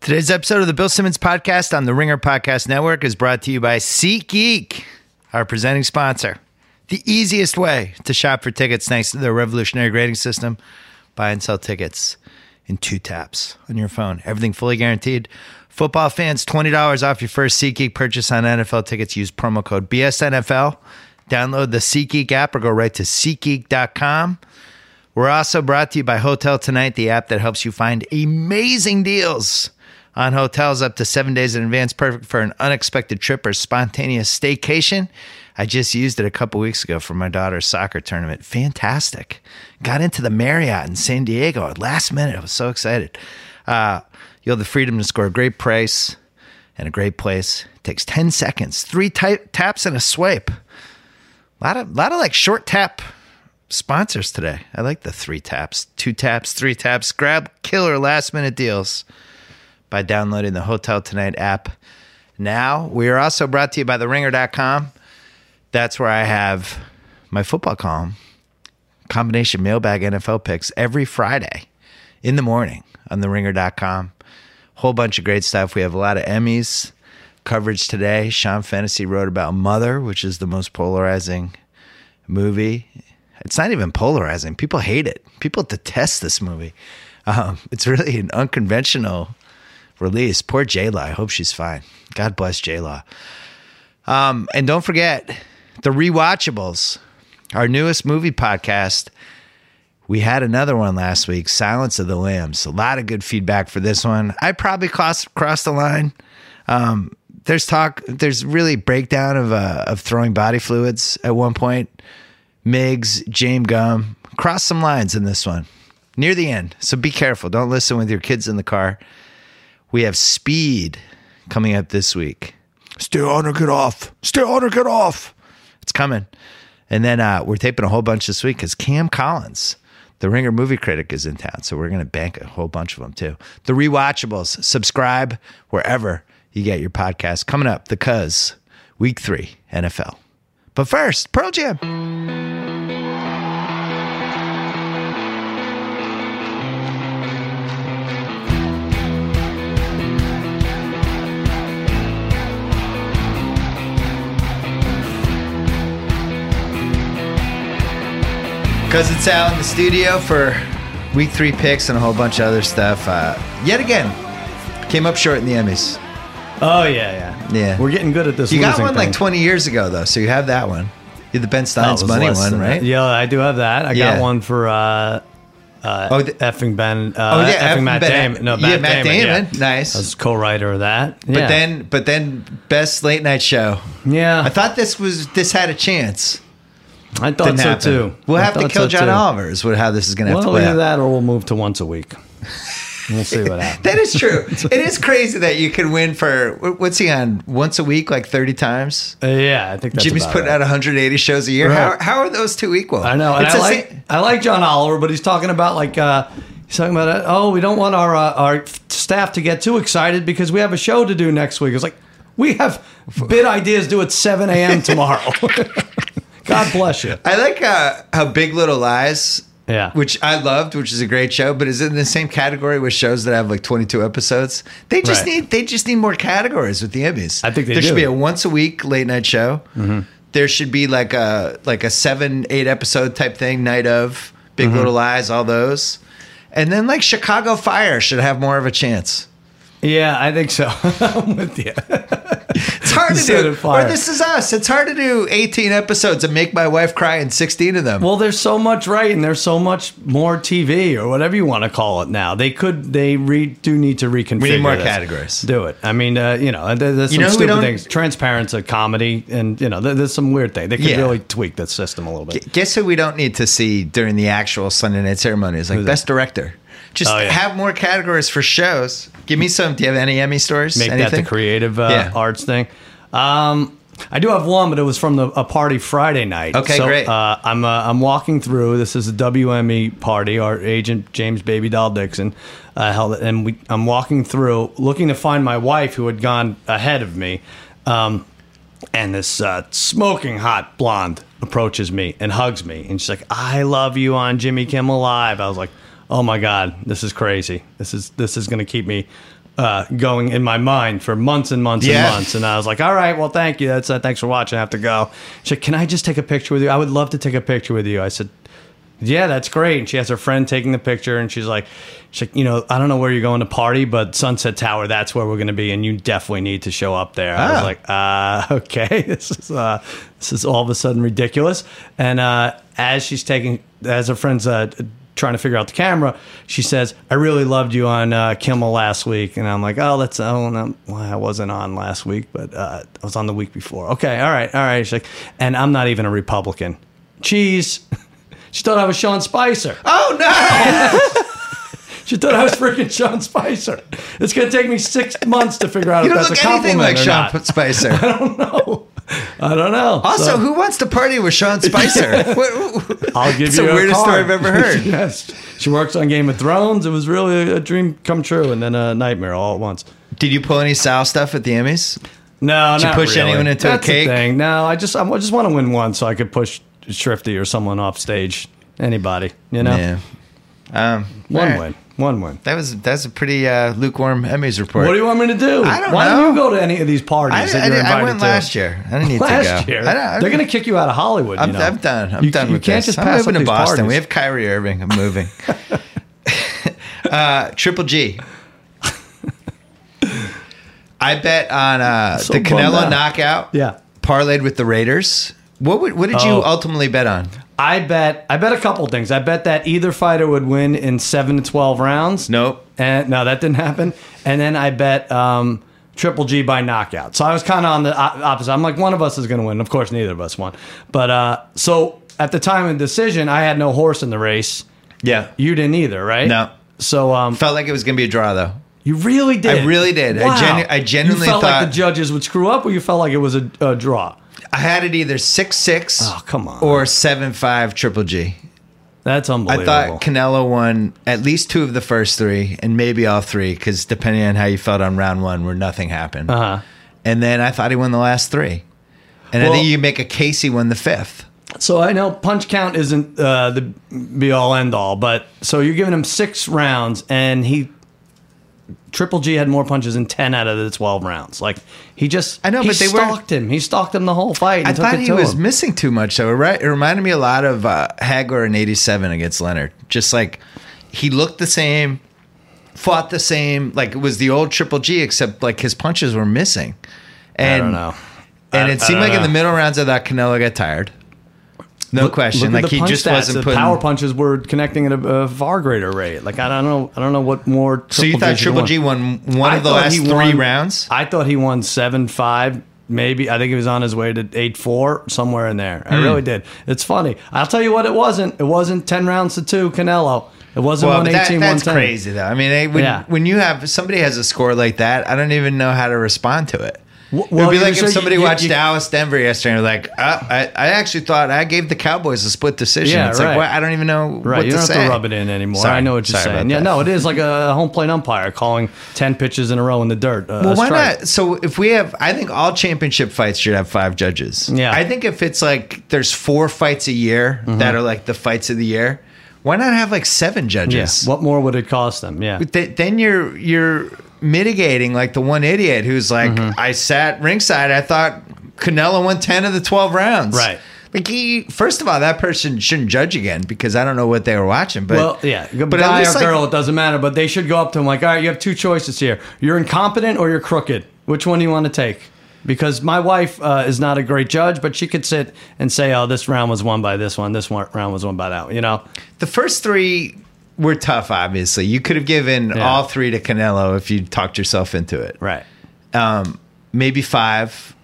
Today's episode of the Bill Simmons Podcast on the Ringer Podcast Network is brought to you by SeatGeek, our presenting sponsor. The easiest way to shop for tickets thanks to their revolutionary grading system. Buy and sell tickets in two taps on your phone. Everything fully guaranteed. Football fans, $20 off your first SeatGeek purchase on NFL tickets. Use promo code BSNFL. Download the SeatGeek app or go right to SeatGeek.com. We're also brought to you by Hotel Tonight, the app that helps you find amazing deals on hotels up to seven days in advance, perfect for an unexpected trip or spontaneous staycation. I just used it a couple weeks ago for my daughter's soccer tournament. Fantastic. Got into the Marriott in San Diego at last minute. I was so excited. Uh, you'll have the freedom to score a great price and a great place. takes 10 seconds, three ti- taps and a swipe. A lot of, lot of like short tap sponsors today. I like the three taps, two taps, three taps. Grab killer last minute deals by downloading the Hotel Tonight app now. We are also brought to you by theringer.com. That's where I have my football column, combination mailbag NFL picks every Friday in the morning on theringer.com. Whole bunch of great stuff. We have a lot of Emmys coverage today. Sean Fantasy wrote about Mother, which is the most polarizing movie. It's not even polarizing. People hate it. People detest this movie. Um, it's really an unconventional release. Poor J Law. I hope she's fine. God bless J Law. Um, and don't forget the rewatchables, our newest movie podcast. We had another one last week, Silence of the Lambs. A lot of good feedback for this one. I probably crossed crossed the line. Um, there's talk. There's really breakdown of uh, of throwing body fluids at one point. Miggs, James Gum crossed some lines in this one near the end. So be careful. Don't listen with your kids in the car. We have Speed coming up this week. Stay on or get off. Stay on or get off. It's coming. And then uh, we're taping a whole bunch this week because Cam Collins, the Ringer movie critic, is in town. So we're going to bank a whole bunch of them too. The rewatchables. Subscribe wherever you get your podcast. Coming up, the Cuz, week three, NFL. But first, Pearl Jam. Because it's out in the studio for week three picks and a whole bunch of other stuff. Uh, yet again, came up short in the Emmys. Oh yeah, yeah, Yeah. We're getting good at this. You got losing one like thing. 20 years ago, though, so you have that one. You had the Ben No, it Stein's was money less one, than that. right? Yeah, I do have that. I Yeah. got one for uh, uh, Oh, the- effing Ben. Uh, Oh, yeah, effing, effing Matt Ben- Damon. No, yeah, Matt, Matt Damon. Damon. Yeah. Nice. I was co-writer of that. But then, but then, best late night show. yeah, I thought this was this had a chance. I thought Didn't so happen. too. We'll I have to thought kill so, John too. Oliver. Is what how this is going to have to Well, play either out. that or we'll move to once a week. We'll see what happens. That is true. it is crazy that you could win for wh- what's he on once a week, like 30 times. Uh, yeah, I think that's Jimmy's about putting right. out 180 shows a year. Right. How, how are those two equal? I know, and It's I the like same- I like John Oliver, but he's talking about like uh, he's talking about uh, oh we don't want our uh, our staff to get too excited because we have a show to do next week. It's like we have bid ideas due at seven a.m. tomorrow. God bless you. I like uh, how Big Little Lies, Yeah. which I loved, which is a great show, but is in the same category with shows that have like 22 episodes. They just Right. need they just need more categories with the Emmys. I think they there should do. Mm-hmm. be a once a week late night show. There should be like a like a seven eight episode type thing night of Big Mm-hmm. Little Lies, all those, and then like Chicago Fire should have more of a chance. Yeah, I think so. I'm with you. It's hard to Instead do. of Fire. Or this is us. It's hard to do 18 episodes and make my wife cry in 16 of them. Well, there's so much right, and there's so much more TV or whatever you want to call it now. They could, they re, do need to reconfigure. We need more this. categories. Do it. I mean, uh, you know, and there- there's You some know who we stupid don't- things. Transparent's a comedy, and you know, there- there's some weird thing. They could Yeah. really tweak that system a little bit. Guess who we don't need to see during the actual Sunday night ceremony is like best director. Just Oh, yeah. have more categories for shows. Give me some. Do you have any Emmy stories? Make that Anything? the creative uh, Yeah. arts thing. Um, I do have one, but it was from the, a party Friday night. Okay, So, great. Uh, I'm uh, I'm walking through. This is a WME party. Our agent James Baby Doll Dixon uh, held it, and we, I'm walking through, looking to find my wife who had gone ahead of me. Um, and this uh, smoking hot blonde approaches me and hugs me, and she's like, "I love you on Jimmy Kimmel Live." I was like, "Oh my god, this is crazy. This is this is gonna keep me." uh, going in my mind for months and months Yeah. and months. And I was like, all right, well, thank you. That's it. Thanks for watching. I have to go. She said, can I just take a picture with you? I would love to take a picture with you. I said, yeah, that's great. And she has her friend taking the picture, and she's like, she's like, you know, I don't know where you're going to party, but Sunset Tower, that's where we're going to be, and you definitely need to show up there. I was Ah. like, uh, okay, this is uh, this is all of a sudden ridiculous. And uh, as she's taking, as her friend's uh, trying to figure out the camera, she says, "I really loved you on uh, Kimmel last week," and I'm like, "Oh, that's oh, no, well, I wasn't on last week, but uh, I was on the week before." Okay, all right, all right. She's like, and I'm not even a Republican. Cheese. She thought I was Sean Spicer. Oh no! She thought I was freaking Sean Spicer. It's gonna take me six months to figure out You if don't that's look a anything like compliment or Sean not. Spicer. I don't know. Also, So, who wants to party with Sean Spicer? I'll give It's you the a weirdest card. story I've ever heard. yes, she works on Game of Thrones. It was really a dream come true, and then a nightmare all at once. Did you pull any Sal stuff at the Emmys? No, you not push really. anyone into a That's the cake? thing. No, I just I just want to win one so I could push Shrifty or someone off stage. Anybody, you know, Um, all one right. win, one win. That was that's a pretty uh, lukewarm Emmys report. What do you want me to do? I don't Why know. don't you go to any of these parties I, I, that you're did- invited I went to? last year. I didn't need Last to go. year, I don't- I they're don't- going to kick you out of Hollywood. you I'm, know. I'm done. I'm You- done you with can't this. just I'm pass moving to up these Boston. parties. We have Kyrie Irving. I'm moving. uh, Triple G. I bet on uh, So the bummed Canelo out. knockout. Yeah. Parlayed with the Raiders. What would, what did you Oh. ultimately bet on? I bet. I bet a couple things. I bet that either fighter would win in seven to twelve rounds. Nope. And no, that didn't happen. And then I bet um, Triple G by knockout. So I was kind of on the o- opposite. I'm like, one of us is going to win. Of course, neither of us won. But uh, so at the time of decision, I had no horse in the race. Yeah. You didn't either, right? No. So um, Felt like it was going to be a draw though. you really did. I really did. I Wow. genu- I genuinely you felt thought- like the judges would screw up, or you felt like it was a, a draw. I had it either six six. Oh, come on. Or seven five Triple G. That's I unbelievable. thought Canelo won at least two of the first three, and maybe all three, because depending on how you felt on round one, where nothing happened. Uh-huh. And then I thought he won the last three, and I Well- think you make a case he won the fifth. So I know punch count isn't uh, the be all end all, but so you're giving him six rounds, and he Triple G had more punches in ten out of the twelve rounds. Like he just I know, he but they weren't- stalked him. He stalked him the whole fight. And I took thought it he to was him. missing too much, though. Right? It reminded me a lot of uh, Hagler in '87 against Leonard. Just like he looked the same, fought the same. Like it was the old Triple G, except like his punches were missing. I And don't know. And I- it I seemed don't like in know. the middle rounds, I thought Canelo got tired. No question, Look at like the he punch just stats. wasn't the putting. power punches were connecting at a, a far greater rate. Like I don't know, I don't know what more. Triple so you thought should Triple want. G won one I of the thought last he three won- rounds? I thought he won seven five, maybe. I think he was on his way to eight four, somewhere in there. Hmm. I really did. It's funny. I'll tell you what it wasn't. It wasn't ten rounds to two, Canelo. It wasn't Well, but one that, eighteen, one that's ten. crazy, though. I mean, eh, when, Yeah. when you have somebody has a score like that, I don't even know how to respond to it. Well, it would be you like if said you- somebody you- watched you- Dallas Denver yesterday and were like, uh I, I actually thought I gave the Cowboys a split decision. Yeah, it's like, right. well, I don't even know Right, what you to don't say. have to rub it in anymore. Sorry. I know what you're Sorry saying. about Yeah, that. no, it is like a home plate umpire calling ten pitches in a row in the dirt. Uh, Well, a why strike. not? So if we have, I think all championship fights should have five judges. Yeah. Mm-hmm. I think if it's like there's four fights a year that are like the fights of the year, why not have like seven Yeah. judges? What more would it cost them? Yeah. Th- then you're you're mitigating like the one idiot who's like, Mm-hmm. I sat ringside, I thought Canelo won ten of the twelve rounds. Right. Like he, first of all, that person shouldn't judge again because I don't know what they were watching. But Well, yeah, but but at guy or least, like- girl, it doesn't matter. But they should go up to him like, all right, you have two choices here: you're incompetent or you're crooked. Which one do you want to take? Because my wife uh, is not a great judge, but she could sit and say, "Oh, this round was won by this one. This one round was won by that one." You know, the first three were tough. Obviously, you could have given Yeah. all three to Canelo if you talked yourself into it. right? Maybe five.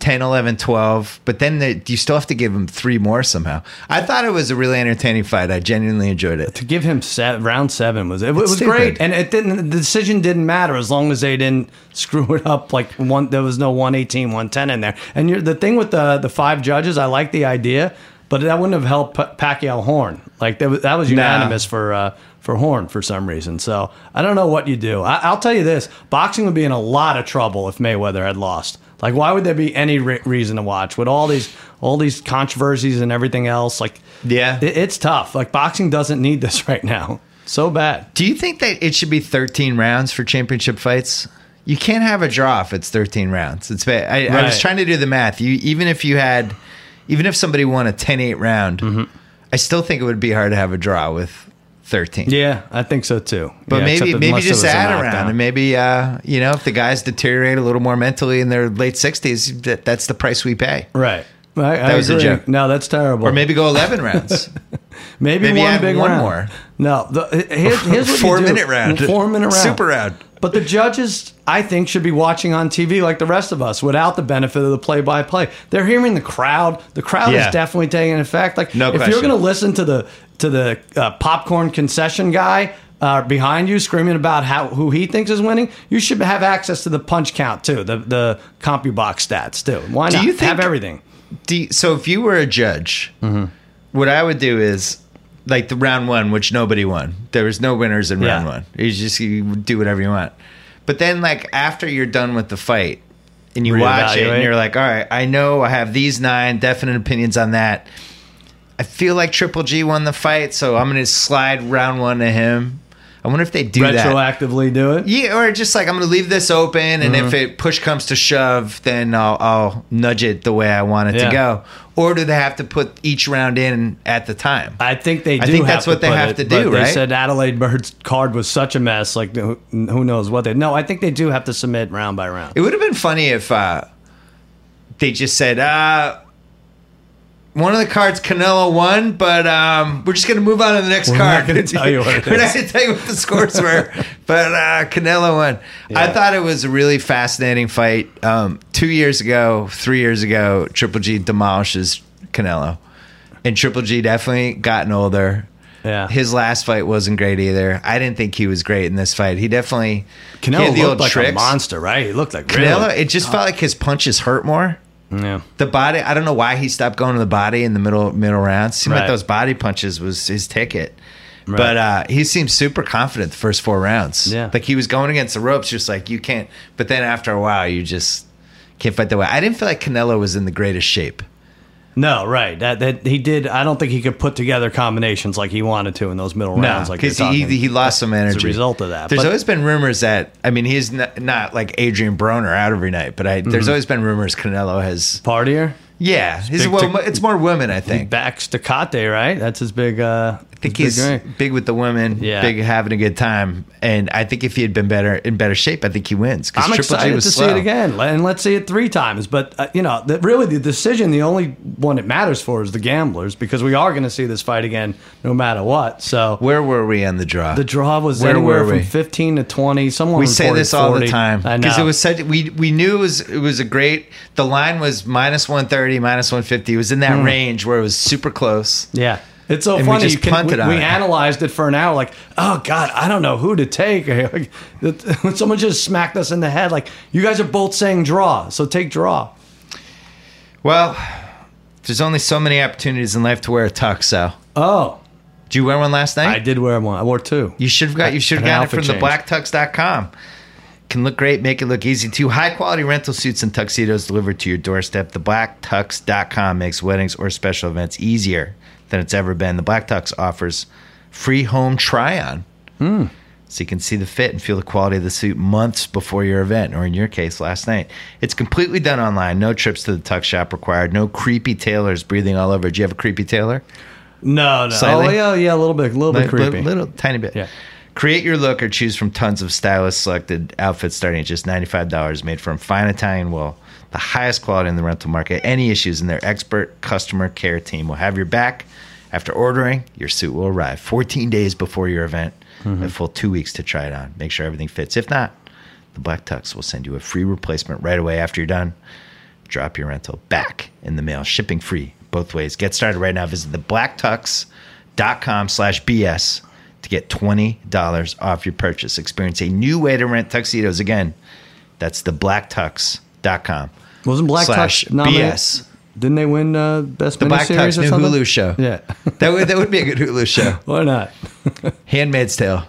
10, 11, 12, but then the, you still have to give him three more somehow. I thought it was a really entertaining fight. I genuinely enjoyed it. To give him seven, round seven was it, was stupid. great, and it didn't. The decision didn't matter as long as they didn't screw it up. Like one, there was no 118, 110 in there. And you're, the thing with the the five judges, I like the idea, but that wouldn't have helped Pa- Pacquiao Horn. Like that was, that was unanimous for uh, for Horn for some reason. So I don't know what you do. I, I'll tell you this: boxing would be in a lot of trouble if Mayweather had lost. Like, why would there be any re- reason to watch with all these all these controversies and everything else? Like, Yeah. it- it's tough. Like boxing doesn't need this right now. So bad. Do you think that it should be 13 rounds for championship fights? You can't have a draw if it's 13 rounds. It's bad. I, I was Right. trying to do the math. You even if you had, even if somebody won a 10-8 round, Mm-hmm. I still think it would be hard to have a draw with 13. Yeah, I think so too. But Yeah, maybe except maybe unless it just was a add knockdown. around, and maybe uh, you know if the guys deteriorate a little more mentally in their late sixties, that, that's the price we pay. Right. I, That was a joke. No, that's terrible. Or maybe go eleven rounds. maybe, maybe one add big one round. more. No, the, here's, here's what you Four do. minute round. Four minute round. Super round. But the judges, I think, should be watching on TV like the rest of us, without the benefit of the play by play. They're hearing the crowd. The crowd Yeah. is definitely taking effect. Like No if question. you're going to listen to the to the uh, popcorn concession guy. Uh, behind you, screaming about how who he thinks is winning. You should have access to the punch count too, the the CompuBox stats too. Why Do not you think- have everything? Do you- so if you were a judge, Mm-hmm. what I would do is like the round one, which nobody won. There was no winners in round Yeah. one. You just you do whatever you want. But then like after you're done with the fight and you watch it and Reevaluate. you're like, all right, I know I have these nine definite opinions on that. I feel like Triple G won the fight, so I'm gonna slide round one to him. I wonder if they do that. Retroactively do it. Mm-hmm. Yeah, or just like I'm going to leave this open, and if it push comes to shove, then I'll, I'll nudge it the way I want it Yeah. to go. Or do they have to put each round in at the time? I think they do. I think have that's to what they put have it, to do, but They right? said Adelaide Bird's card was such a mess. Like who, who knows what they? No, I think they do have to submit round by round. It would have been funny if uh, they just said, uh, one of the cards Canelo won, but um, we're just going to move on to the next We're card. not gonna tell you what it We're not is. going to tell you what the scores were, but uh, Canelo won. I Yeah. thought it was a really fascinating fight. Um, two years ago, three years ago, Triple G demolishes Canelo. And Triple G definitely gotten older. Yeah. His last fight wasn't great either. I didn't think he was great in this fight. He definitely he Canelo had the looked old like a tricks. monster, right? He looked like Canelo, Really, it just felt like his punches hurt more. yeah. The body, I don't know why he stopped going to the body in the middle middle rounds. Seemed like Right. those body punches was his ticket. But uh, he seemed super confident the first four rounds. Yeah. like he was going against the ropes, just like you can't. But then after a while, you just can't fight that way. I didn't feel like Canelo was in the greatest shape. No, right. That that he did. I don't think he could put together combinations like he wanted to in those middle rounds. Like because you're he, talking. he lost some energy result of that. There's But- always been rumors that I mean he's not, not like Adrian Broner out every night, but I, Mm-hmm. there's always been rumors Canelo has partier. yeah he's big well to- it's more women I think Back Staccate, right? That's his big. Uh, I think he's big, with the women, Yeah. big having a good time, and I think if he had been better in better shape, I think he wins. 'cause I'm excited to see it again, and let's see it three times. But uh, you know, the, really, the decision, the only one it matters for is the gamblers because we are going to see this fight again, no matter what. So Where were we on the draw? the draw was Where anywhere were we? from 15 to 20. Someone we say reported this all 40. the time I because know. it was such we we knew it was it was a great. The line was minus one thirty, minus one fifty. It was in that Hmm. range where it was super close. Yeah. It's so And we funny. just you can, we, punted on we it. analyzed it for an hour, like, oh God, I don't know who to take. Like, that- Someone just smacked us in the head, like, you guys are both saying draw, so take draw. Well, there's only so many opportunities in life to wear a tux. So, Oh, did you wear one last night? I did wear one. I wore two. You should have got you should have An gotten it from outfit change. the blacktux.com. Can look great, make it look easy too. High quality rental suits and tuxedos delivered to your doorstep. The blacktux.com makes weddings or special events easier than it's ever been. The Black Tux offers free home try on. Hmm. So you can see the fit and feel the quality of the suit months before your event, or in your case, last night. It's completely done online. No trips to the tuck shop required. No creepy tailors breathing all over. Do you have a creepy tailor? No, no. Oh, Slightly? yeah, yeah, a little bit, a little bit Like, li- creepy. Little, tiny bit. Yeah. Create your look or choose from tons of stylist selected outfits starting at just $95 made from fine Italian wool, the highest quality in the rental market. Any issues in their expert customer care team will have your back. After ordering, your suit will arrive 14 days before your event, Mm-hmm. a full two weeks to try it on. Make sure everything fits. If not, the Black Tux will send you a free replacement right away after you're done. Drop your rental back in the mail, shipping free both ways. Get started right now. Visit theblacktux.com slash BS to get $20 off your purchase. Experience a new way to rent tuxedos. Again, that's theblacktux.com. Wasn't Black slash Tux nominated? BS. Didn't they win uh, best The Black miniseries Tux or new something? Hulu show. Yeah, That would, that would be a good Hulu show. why not? Handmaid's Tale.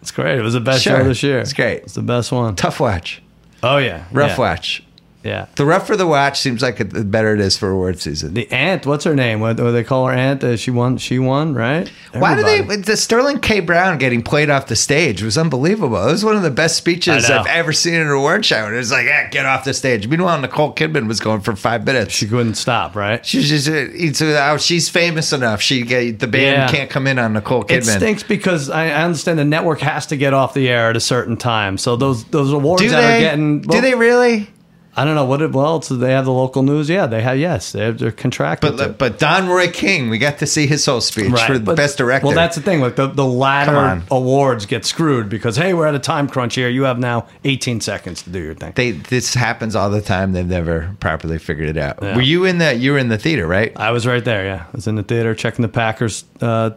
It's great. It was the best Sure. show this year. It's great. It's the best one. Tough watch. Oh yeah, Rough yeah. watch. Yeah. The rougher the watch seems like it, the better it is for award season. The aunt, what's her name? What, what they call her aunt? Uh, she won. She won, right? Why do they? Everybody. The Sterling K. Brown getting played off the stage was unbelievable. It was one of the best speeches I know. I've ever seen in an award show. And it was like, eh, get off the stage. Meanwhile, Nicole Kidman was going for five minutes. She couldn't stop, right? She's just uh, it's, uh, oh, she's famous enough. She get- the band Yeah. can't come in on Nicole It Kidman. stinks because I I understand the network has to get off the air at a certain time. So those those awards do that they? are getting do they really? I don't know what. It, well, so they have the local news. Yeah, they have. Yes, they're, they're contracted. But to. but Don Roy King, we got to see his whole speech Right. for the But- best director. Well, that's the thing. Like the, the Come latter on. awards get screwed because hey, we're at a time crunch here. You have now 18 seconds to do your thing. they this happens all the time. They've never properly figured it out. Yeah. Were you in the you were in the theater, right? I was right there. Yeah, I was in the theater checking the Packers, uh,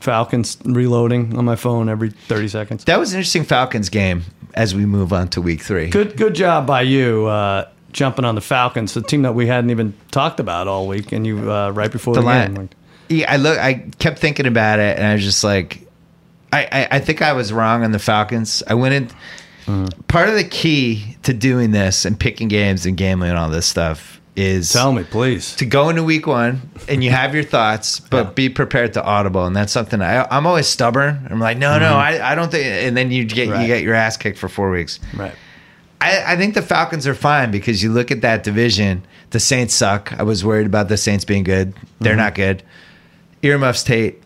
Falcons reloading on my phone every 30 seconds. That was an interesting Falcons game as we move on to week three. Good, good job by you. Uh, Jumping on the Falcons, the team that we hadn't even talked about all week, and you uh, right before the, The line- game. like, Yeah, I look. I kept thinking about it, and I was just like, I, I, I think I was wrong on the Falcons. I went in. Mm-hmm. Part of the key to doing this and picking games and gambling and all this stuff is Tell me, please. to go into week one and you have your thoughts, but be prepared to audible. And that's something I, I'm always stubborn. I'm like, no, no, I, I don't think. And then you get you Mm-hmm. Right. get your ass kicked for four weeks. Right. I, I think the Falcons are fine because you look at that division. The Saints suck. I was worried about the Saints being good. They're Mm-hmm. not good. Earmuffs Tate.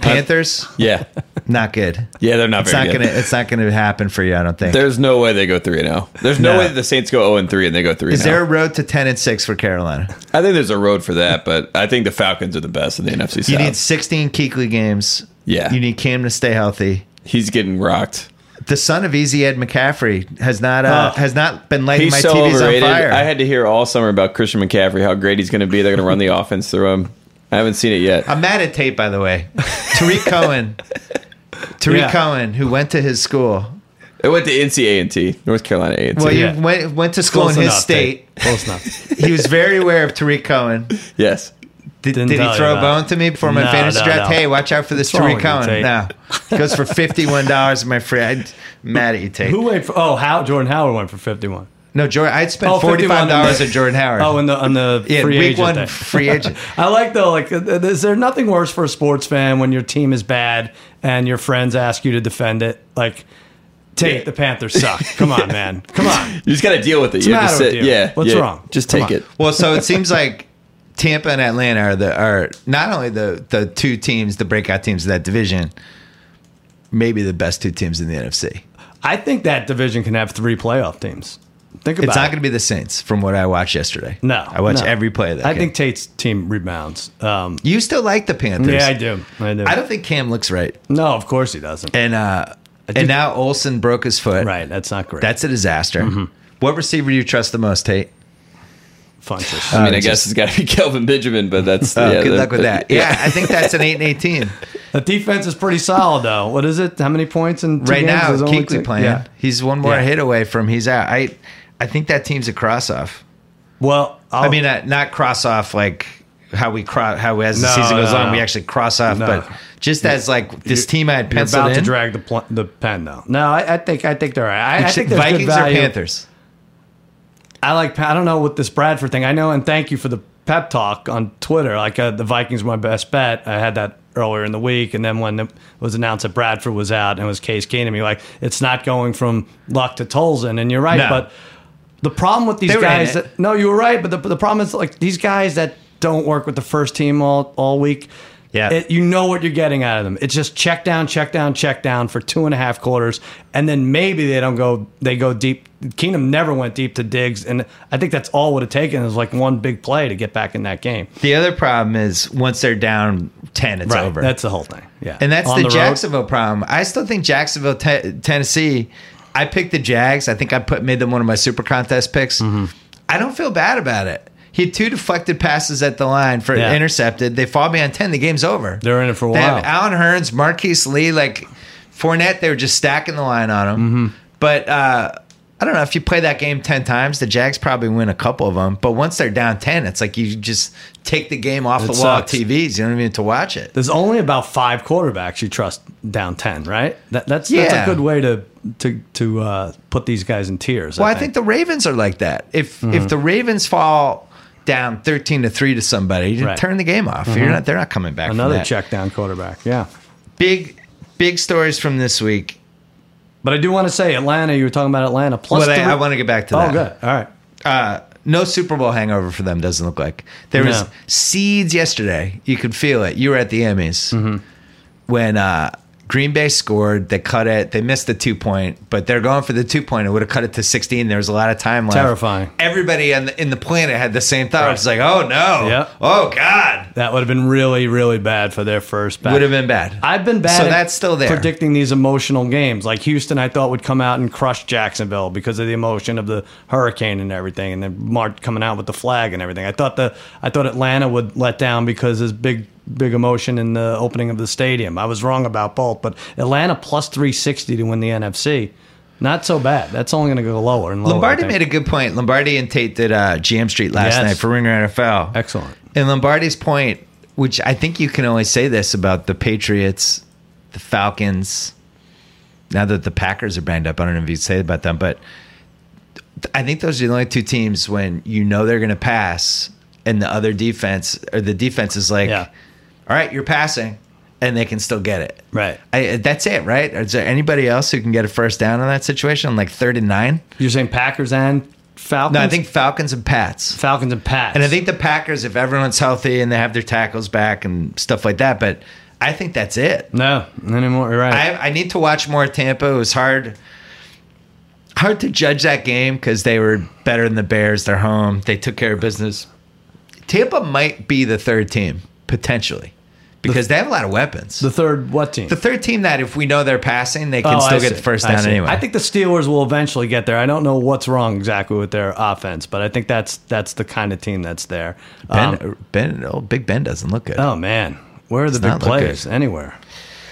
Panthers Yeah. not good. Yeah, they're not It's very not good. gonna. It's not gonna happen for you. I don't think. There's no way they go 3 and 0. There's no, No. way that the Saints go 0 and 3 and they go 3 Is and there a 0. road to ten and six for Carolina? I think there's a road for that, but I think the Falcons are the best in the NFC South. You need sixteen Keekly games. Yeah. You need Cam to stay healthy. He's getting rocked. The son of Easy Ed McCaffrey has not uh, Oh. has not been lighting He's my so TVs overrated. on fire. I had to hear all summer about Christian McCaffrey, how great he's going to be. They're going to run the offense through him. I haven't seen it yet. I'm mad at Tate, by the way. Tariq Cohen. Tariq Yeah. Cohen, who went to his school, It went to NC A&T, North Carolina A&T. Well, Yeah. you went went to school in his state. Dave. Close enough. He was very aware of Tariq Cohen. yes. Did, Didn't did he tell you throw a that. bone to me before my No, fantasy no, draft? no. Hey, watch out for this What's wrong Tariq with you, Cohen. Tate? No, It goes for fifty one dollars. My friend, I'm mad at you, Tate. Who went for? Oh, How Jordan Howard went for 51. No, Jordan. I'd spent Oh, forty 51 five dollars on at Jordan Howard. Oh, and the on the yeah, free week agent one thing. free agent. I like though, like, th- th- is there nothing worse for a sports fan when your team is bad and your friends ask you to defend it? Like, take the Panthers suck. Come on, man. Come on. You just got to deal with it. the you have to matter with sit- you? Yeah. What's yeah. wrong? Just Come take on. it. Well, so it seems like Tampa and Atlanta are the are not only the the two teams, the breakout teams of that division, maybe the best two teams in the NFC. I think that division can have three playoff teams. Think about It's not it. going to be the Saints, from what I watched yesterday. no, I watched no. every play of that. I game. think Tate's team rebounds. Um, you still like the Panthers. yeah, I do. I do. I don't think Cam looks right, no, of course he doesn't. and uh, and did- now Olson broke his foot. Right, Mm-hmm. that's not great. that's a disaster. What receiver do you trust the most, Tate? Funches. I mean, I Uh, just- guess it's got to be Kelvin Benjamin, but that's Oh, yeah, good the- luck with that. Yeah, I think that's an eight and eighteen the defense is pretty solid though. What is it? How many points in two right games? now. There's only Keekly two- playing. Yeah. He's one more Yeah. hit away from he's out. I I think that team's a cross off. Well, I'll, I mean, uh, not cross off like how we cross how as the No, season goes no, on no. we actually cross off, No. but just as like this team I had You're penciled about to in. drag the pl- the pen though. No, I, I think I think they're all right. I, I think there's Vikings good value. or Panthers? I like. I don't know what this Bradford thing. I know, and thank you for the pep talk on Twitter. Like uh, the Vikings were my best bet. I had that earlier in the week, and then when it was announced that Bradford was out and it was Case Keenum, you're like, it's not going from Luck to Tolson, and you're right, No. but. The problem with these They were in guys, it. that, no, you were right, but the, but the problem is like these guys that don't work with the first team all, all week. Yeah. it- you know what you're getting out of them. It's just check down, check down, check down for two and a half quarters, and then maybe they don't go. They go deep. Keenum never went deep to Diggs, and I think that's all would have taken is like one big play to get back in that game. The other problem is once they're down ten, it's over. That's the whole thing. Yeah, And that's On the, road, Jacksonville problem. I still think Jacksonville, te- Tennessee. I picked the Jags. I think I put made them one of my super contest picks. Mm-hmm. I don't feel bad about it. He had two deflected passes at the line for Yeah. intercepted. They fall behind ten. The game's over. They're in it for a They have while. Allen Hearns, Mm-hmm. Marquise Lee, like Fournette. They were just stacking the line on him. But uh, I don't know if you play that game 10 times, the Jags probably win a couple of them. But once they're down 10, it's like you just take the game off It the wall of sucks. TVs. You don't even need to watch it. There's only about five quarterbacks you trust down ten, right? That, that's Yeah. that's a good way to to to uh, put these guys in tiers. Well, I think the Ravens are like that. If Mm-hmm. if the Ravens fall down 13 to 3 to somebody, you Right. Mm-hmm. turn the game off. You're not they're not coming back from another that. check down quarterback. Yeah. Big big stories from this week. But I do want to say Atlanta. You were talking about Atlanta. Plus, Well, I, three- I want to get back to oh, that. good. All right. uh, no Super Bowl hangover for them doesn't look like there was No. seeds yesterday. You could feel it. You were at the Emmys Mm-hmm. when uh, Green Bay scored. They cut it. They missed the two point, but they're going for the two point. It would have cut it to sixteen. There was a lot of time left. Terrifying. Everybody on the, in the planet had the same thought. Right. It's like, oh no, Yep. oh god, That would have been really, really bad for their first back. would have been bad. I've been bad. So at that's still there. Predicting these emotional games, like Houston, I thought would come out and crush Jacksonville because of the emotion of the hurricane and everything, and then Mark coming out with the flag and everything. I thought the I thought Atlanta would let down because there's big big emotion in the opening of the stadium. I was wrong about both, but Atlanta plus three sixty to win the NFC, not so bad. That's only going to go lower and lower. Lombardi made a good point. Lombardi and Tate did uh, GM Street last Yes. night for Ringer NFL. excellent. And Lombardi's point, which I think you can only say this about the Patriots, the Falcons, now that the Packers are banged up, I don't know if you'd say about them, but I think those are the only two teams when you know they're going to pass and the other defense or the defense is like, Yeah. all right, you're passing and they can still get it. Right. I, uh, that's it, right? Is there anybody else who can get a first down in that situation, like third and nine? You're saying Packers and Falcons? No, I think Falcons and Pats. Falcons and Pats. And I think the Packers, if everyone's healthy and they have their tackles back and stuff like that, but I think that's it. no, not anymore. You're right. I, I need to watch more Tampa. It was hard, hard to judge that game because they were better than the Bears. They're home. They took care of business. Tampa might be the third team potentially because they have a lot of weapons. the The, third what team? third team that if we know they're passing, they can Oh, still I get see. the first I down see. anyway. I think the Steelers will eventually get there. I don't know what's wrong exactly with their offense, but I think that's that's the kind of team that's there. Ben, Um, ben, oh, Big Ben doesn't look good. oh man, where are the big not look players anywhere?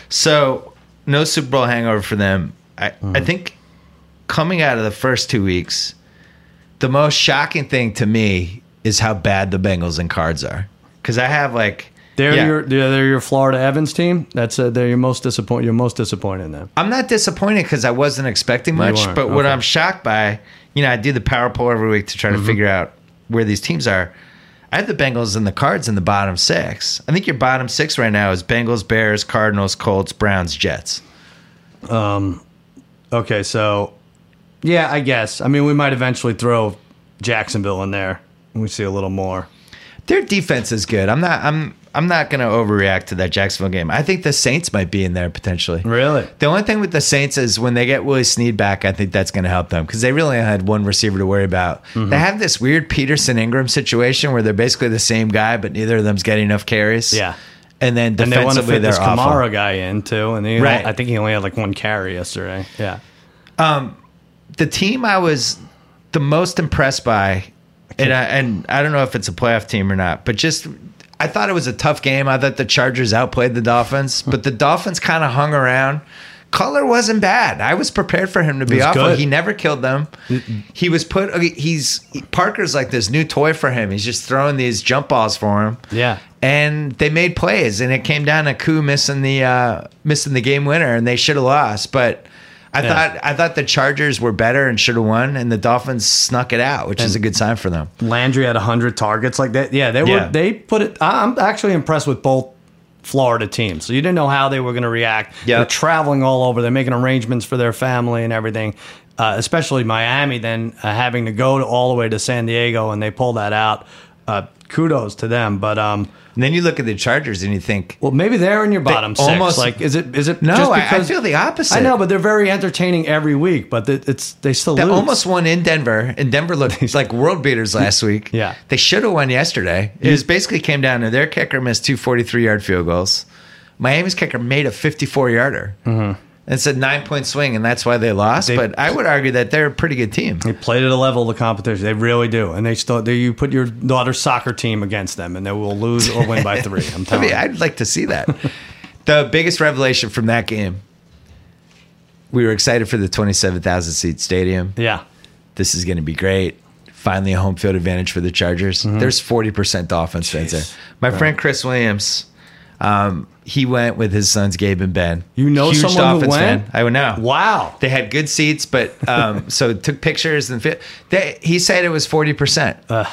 So no Super Bowl hangover for them. I, I Hmm. think coming out of the first two weeks, the most shocking thing to me is how bad the Bengals and Cards are. Because I have like They're yeah, your they're, they're your Florida Evans team. That's uh they're your most disappoint. You're most disappointed in them. I'm not disappointed because I wasn't expecting much. weren't, But what okay. Mm-hmm. I'm shocked by, you know, I do the power poll every week to try to figure out where these teams are. I have the Bengals and the Cards in the bottom six. I think your bottom six right now is Bengals, Bears, Cardinals, Colts, Browns, Jets. Okay, so yeah, I guess. I mean, we might eventually throw Jacksonville in there. and We see a little more. Their defense is good. I'm not. I'm. I'm not going to overreact to that Jacksonville game. I think the Saints might be in there potentially. Really? The only thing with the Saints is when they get Willie Snead back, I think that's going to help them because they really only had one receiver to worry about. Mm-hmm. They have this weird Peterson Ingram situation where they're basically the same guy, but neither of them's getting enough carries. Yeah. And then And they want to defensively, fit they this are awful. Kamara guy in too, and he, Right. I think he only had like one carry yesterday. Yeah. the team I was the most impressed by, and I, and I don't know if it's a playoff team or not, but just I thought it was a tough game. I thought the Chargers outplayed the Dolphins, but the Dolphins kind of hung around. Color wasn't bad. I was prepared for him to be was awful. good. He never killed them. He was put. okay, He's Parker's like this new toy for him. He's just throwing these jump balls for him. Yeah. And they made plays, and it came down to Koo missing the uh, missing the game winner, and they should have lost. But I Yeah. thought I thought the Chargers were better and should have won, and the Dolphins snuck it out, which is a good sign for them. Landry had 100 targets like that. Yeah, they were Yeah. they put it I- I'm actually impressed with both Florida teams. So you didn't know how they were going to react. Yeah. They're traveling all over. They're making arrangements for their family and everything. Uh, especially Miami then uh, having to go to, all the way to San Diego and they pull that out. Uh, kudos to them, but um And then you look at the Chargers and you think, well maybe they're in your bottom six. almost- like is it is it no, just I, I because feel the opposite. I know, but they're very entertaining every week, but it- it's they still they lose. almost won in Denver, and Denver looked like world beaters last week. Yeah. they should have won yesterday. It was basically came down to their kicker missed two 43 yard field goals. Miami's kicker made a 54 yarder. Mm-hmm. It's a nine point swing, and that's why they lost. They- but I would argue that they're a pretty good team. They play to the level of the competition. They really do, and they still. They, you put your daughter's soccer team against them, and they will lose or win by three. I'm I telling mean, you. I'd like to see that. the biggest revelation from that game we were excited for the 27,000 seat stadium. Yeah, this is going to be great. Finally, a home field advantage for the Chargers. Mm-hmm. There's 40% offense that's there. My friend Chris Williams, um, he went with his sons, Gabe and Ben. You know someone who went? I would know. Wow. They had good seats, but um, so took pictures and fit. They, he said it was 40%.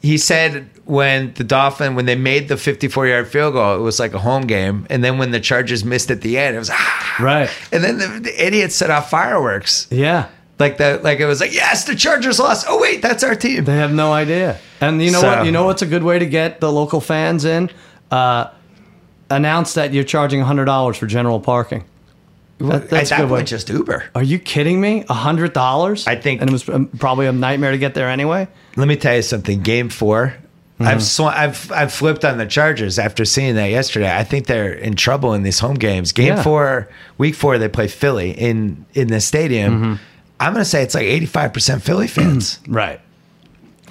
He said when the Dolphin, when they made the 54 yard field goal, it was like a home game. And then when the Chargers missed at the end, it was, ah. Right. And then the, the idiots set off fireworks. Yeah. Like that, like it was like, yes, the Chargers lost. Oh wait, that's our team. They have no idea. And you know So- what? You know what's a good way to get the local fans in? Uh, announce that you're charging hundred dollars for general parking. That- that's a At that good way. point, just Uber. Are you kidding me? hundred dollars? I think- and it was um, probably a nightmare to get there anyway. Let me tell you something. Game 4 Mm-hmm. i I've sw- I've I've flipped on the Chargers after seeing that yesterday. I think they're in trouble in these home games. Game Yeah. four, week four, they play Philly in in the stadium. Mm-hmm. I'm gonna say it's like 85 percent Philly fans. Right.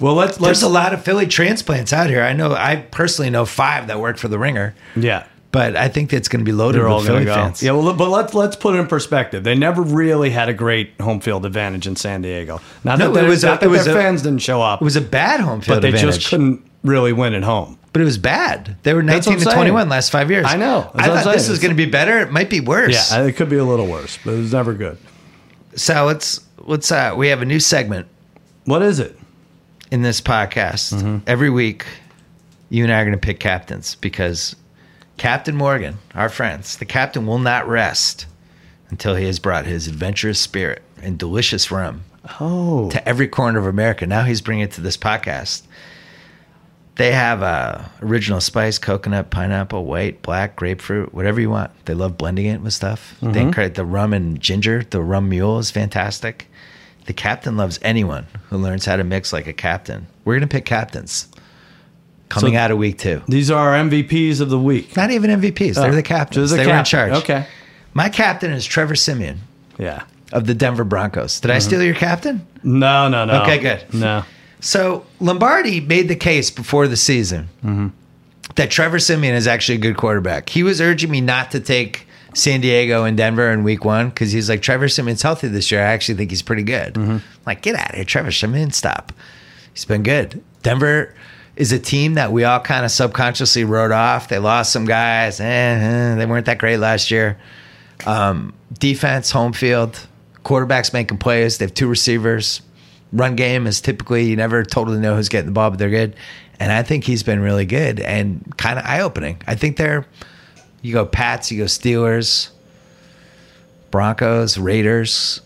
Well, let's There's let's a lot of Philly transplants out here. I know. I personally know five that work for the Ringer, yeah. but I think that's gonna be loaded They're all with Philly going to go. fans. Yeah, well, but let's let's put it in perspective. They never really had a great home field advantage in San Diego. Not No, that, it their- was a- not that it was their a- fans didn't show up, It was a bad home field but they advantage. just couldn't really win at home. But it was bad. They were That's what 19 to I'm saying. 21 last five years. I know. That's I what I'm thought this saying. was going to be better. It might be worse. Yeah, Uh, it could be a little worse, but it was never good. so let's let's uh, we have a new segment What is it? in this podcast Mm-hmm. every week. You and I are going to pick captains because Captain Morgan, our friends, the captain will not rest until he has brought his adventurous spirit and delicious rum Oh, to every corner of America. Now he's bringing it to this podcast. They have uh, original spice, coconut, pineapple, white, black, grapefruit, whatever you want. They love blending it with stuff. Mm-hmm. They encourage the rum and ginger. The rum mule is fantastic. The captain loves anyone who learns how to mix like a captain. We're going to pick captains coming out of week two. these are our MVPs of the week. Not even MVPs. Oh, They're the just captains. the they were in captain. charge. Okay. My captain is Trevor Simeon Yeah. of the Denver Broncos. Did I steal your captain? No, no, no. Okay, good. Mm-hmm. Oh. No. So Lombardi made the case before the season that Trevor Simeon is actually a good quarterback. He was urging me not to take San Diego and Denver in week one because he's like, Trevor Simeon's healthy this year. I actually think he's pretty good. I'm like, get out of here, Trevor Simeon, stop. He's been good. Denver is a team that we all kind of subconsciously wrote off. They lost some guys. Eh, eh, they weren't that great last year. Um, defense, home field, quarterbacks making plays. They have two receivers. Run game is typically you never totally know who's getting the ball, but they're good. And I think he's been really good and kind of eye opening. I think they're you go Pats, you go Steelers, Broncos, Raiders,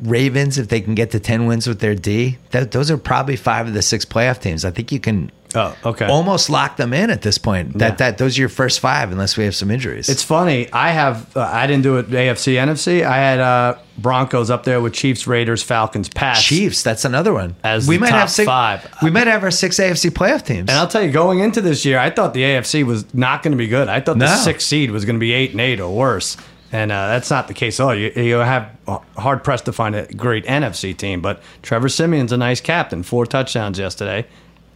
Ravens. If they can get to ten wins with their D, that, those are probably five of the six playoff teams. I think you can Oh, okay. almost lock them in at this point. That Yeah. that those are your first five, unless we have some injuries. It's funny. I have. Uh, I didn't do it. AFC, NFC. I had uh, Broncos up there with Chiefs, Raiders, Falcons, Pats. Chiefs. That's another one. As the top five. We might have our six AFC playoff teams. And I'll tell you, going into this year, I thought the AFC was not going to be good. I thought No. the sixth seed was going to be eight and eight or worse. And uh, that's not the case at all. You, you have uh, hard pressed to find a great NFC team, but Trevor Simeon's a nice captain. Four touchdowns yesterday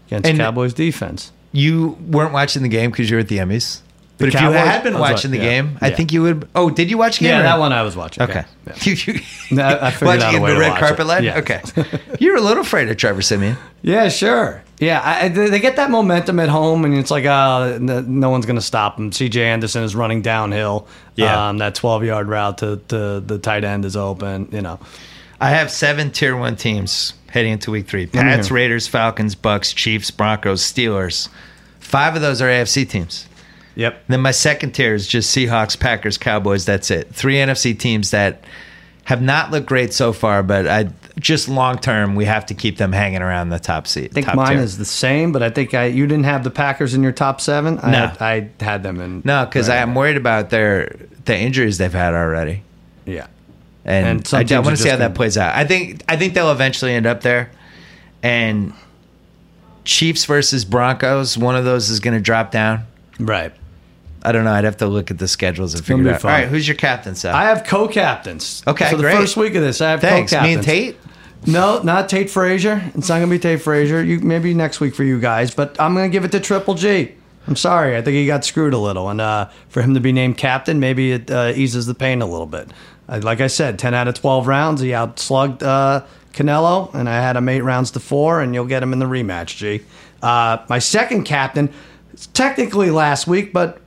against And- Cowboys defense. you weren't watching the game because you were at the Emmys. But if you Cowboys? had been I was watching the wa- yeah. game, I Yeah. think you would. Oh, did you watch the game? Yeah, or- that one I was watching. Okay. Yeah. Yeah. You, you, No, I- I figured watching out a in way the to red watch carpet it. line. Yeah. Okay, you're a little afraid of Trevor Simeon. Yeah, sure. Yeah, I, I- they they get that momentum at home, and it's like, uh, no, no one's going to stop them. C.J. Anderson is running downhill. Yeah. um, that twelve-yard route to, to the tight end is open. You know, I have seven tier one teams heading into week three: Pats, Raiders, Falcons, Bucks, Chiefs, Broncos, Steelers. Five of those are AFC teams. yep. Then my second tier is just Seahawks, Packers, Cowboys. That's it. Three NFC teams that have not looked great so far, but I just long term we have to keep them hanging around the top seat. I think mine is the same, but I think I you didn't have the Packers in your top seven. I, No. had, I had them in. no, because I'm worried about their the injuries they've had already, Yeah. and, And some I, teams want are to see just how gonna- that plays out. I think I think they'll eventually end up there, and Chiefs versus Broncos. One of those is going to drop down. Right. I don't know. I'd have to look at the schedules and gonna figure be it out. fun. All right, who's your captain, Seth? I have co captains. Okay, So the great. first week of this, I have co Thanks, captains. me and Tate. No, not Tate Frazier. It's not going to be Tate Frazier. You maybe next week for you guys, but I'm going to give it to Triple G. I'm sorry. I think he got screwed a little, and uh, for him to be named captain, maybe it uh, eases the pain a little bit. Uh, like I said, 10 out of 12 rounds, he outslugged uh, Canelo, and I had him eight rounds to four, and you'll get him in the rematch, G. Uh, my second captain, it's technically last week, but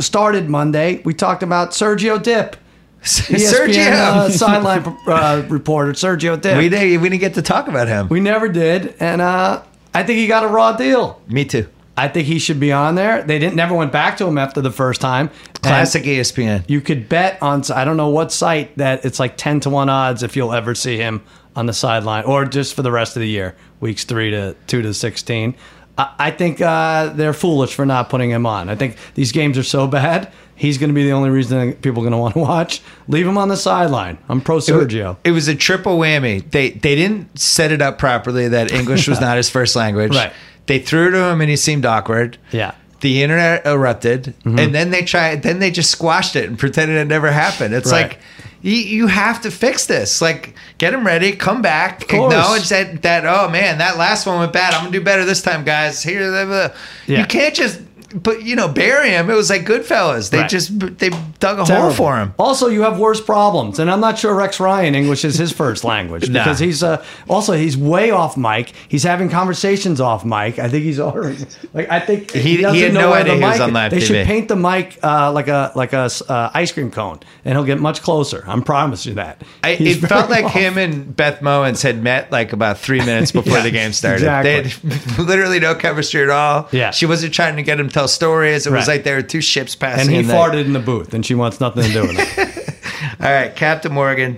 started Monday. We talked about Sergio Dip. ESPN, Sergio. uh, sideline uh, reporter Sergio Dip. we didn't we didn't get to talk about him. We never did, and uh, I think he got a raw deal. Me too. I think he should be on there. They didn't never went back to him after the first time. And Classic E ESPN. you could bet on I don't know what site that it's like ten to one odds if you'll ever see him on the sideline or just for the rest of the year, weeks three to two to sixteen. I, I think uh, they're foolish for not putting him on. I think these games are so bad. He's going to be the only reason that people are going to want to watch. Leave him on the sideline. I'm pro Sergio. It was a triple whammy. They they didn't set it up properly that English was not his first language. Right. They threw it to him and he seemed awkward. Yeah. The internet erupted Mm-hmm. and then they tried then they just squashed it and pretended it never happened. It's Right. like you, you have to fix this. Like get him ready, come back, course. acknowledge that that oh man, that last one went bad. I'm going to do better this time, guys. Here blah, blah. Yeah. you can't just but you know bury him. It was like Goodfellas. They Right. just they dug a hole Terrible. for him. Also, you have worse problems, and I'm not sure Rex Ryan English is his first language Nah. because he's uh, also he's way off mic. He's having conversations off mic. I think he's already like I think He- he doesn't had know no where idea the he was mic- on live They should TV. paint the mic uh, like a like a uh, ice cream cone, and he'll get much closer. I promise you that. I, He's it felt very like off. him and Beth Mowens had met like about three minutes before the game started. exactly. They had literally no chemistry at all. Yeah. She wasn't trying to get him to tell stories. It was Right. like there were two ships passing. And he in that- farted in the booth, and she wants nothing to do with it. All right, Captain Morgan,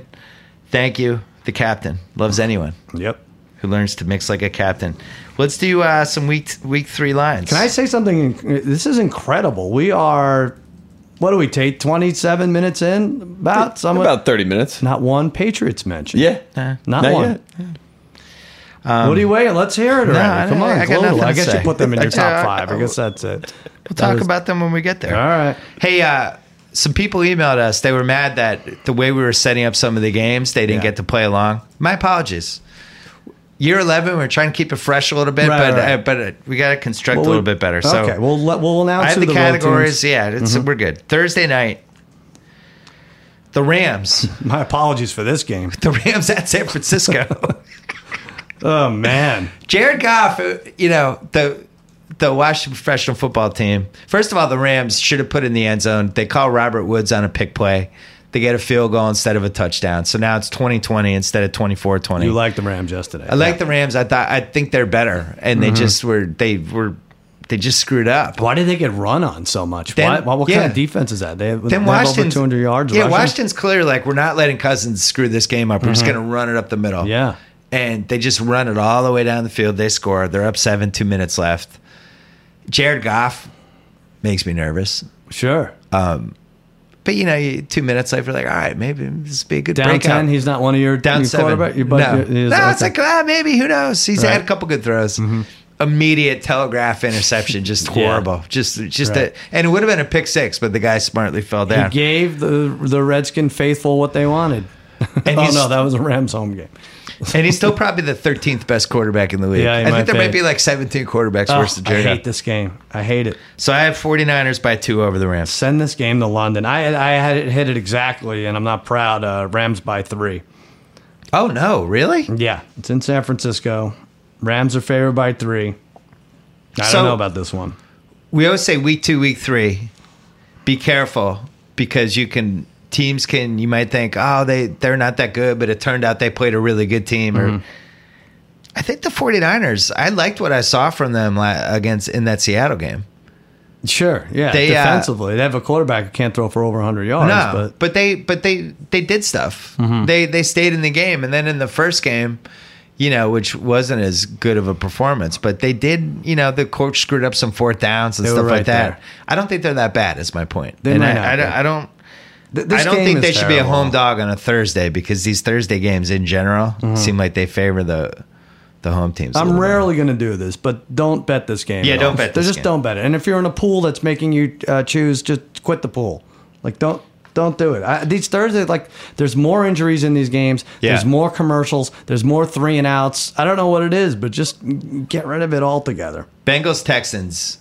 thank you. The captain loves anyone yep. who learns to mix like a captain. Let's do uh, some week week three lines. Can I say something? This is incredible. We are, what do we take? 27 minutes in? About somewhat. About 30 minutes. Not one Patriots mention. Yeah. Uh, Not, Not one. yet. what are you waiting? Let's hear it Um, I- already. Come on. I I, got nothing I to guess say. you put them in your That's- yeah, top I- five. I- I guess that's it. We'll talk about them when we get there. All right. Hey, uh, some people emailed us. They were mad that the way we were setting up some of the games, they didn't Yeah. get to play along. My apologies. Year eleven, we are trying to keep it fresh a little bit, Right, but right. Uh, but uh, we got to construct Well, a we- little bit better. So okay, we'll let, we'll announce I have who the, the road teams- Mm-hmm. categories. Yeah, it's we're good. Thursday night, the Rams. My apologies for this game. the Rams at San Francisco. Oh man, Jared Goff, uh, you know, the the Washington professional football team. First of all, the Rams should have put in the end zone. They call Robert Woods on a pick play. They get a field goal instead of a touchdown. So now it's 20-20 instead of 24-20. you liked the Rams yesterday. I like the Rams. I thought I think they're better. And they just were they were they just screwed up. Why did Mm-hmm. they get run on so much? Then- Why, why- what yeah. kind of defense is that? They have, Then they have over Washington's 200 yards. Yeah, rushing? Washington's clear like we're not letting Cousins screw this game up. We're Mm-hmm. just going to run it up the middle. Yeah. and they just run it all the way down the field. They score. They're up seven, two minutes left. Jared Goff makes me nervous. Sure. But you know, you, two minutes left, you're like, all right, maybe this would be a good Down breakout. 10, he's not one of your, down your seven. quarterback. Your, no, bud- no is- it's okay. like ah, maybe who knows? He's had Right. Mm-hmm. a couple good throws. Immediate telegraph interception, just horrible. Just, just Right. a, and it would have been a pick six, but the guy smartly fell He down. gave the the Redskin faithful what they wanted. oh he's- no, that was a Rams home game. And he's still probably the 13th best quarterback in the league. Yeah, he I think might there be. might be like 17 quarterbacks Oh, worse than I Jared. hate Goff. this game. I hate it. So I have 49ers by two over the Rams. Send this game to London. I had- I had it hit it exactly, and I'm not proud. Uh, Rams by three. Oh no, really? Yeah, it's in San Francisco. Rams are favored by three. I So- don't know about this one. We always say week two, week three. Be careful because you can teams can you might think oh they they're not that good, but it turned out they played a really good team. Or I think the 49ers. I liked what I saw from them la- against in that Seattle game. Sure. Yeah. They, uh, defensively, they have a quarterback who can't throw for over 100 yards. No, but Mm-hmm. but, they but they they did stuff. They they stayed in the game, and then in the first game, you know, which wasn't as good of a performance, but they did. You know, the coach screwed up some fourth downs and They were stuff like right that. there. I don't think they're that bad. Is my point. They and might I, not I, be. don't. I don't th- this I don't game think they is should be a terrible. home dog on a Thursday because these Thursday games in general seem like they favor the the home teams. a Mm-hmm. I'm little rarely going to do this, but don't bet this game. Yeah, at don't all. bet They this just game. don't bet it. And if you're in a pool that's making you uh, choose, just quit the pool. Like don't don't do it. I, these Thursday, like there's more injuries in these games. Yeah. There's more commercials. There's more three and outs. I don't know what it is, but just get rid of it altogether. Bengals Texans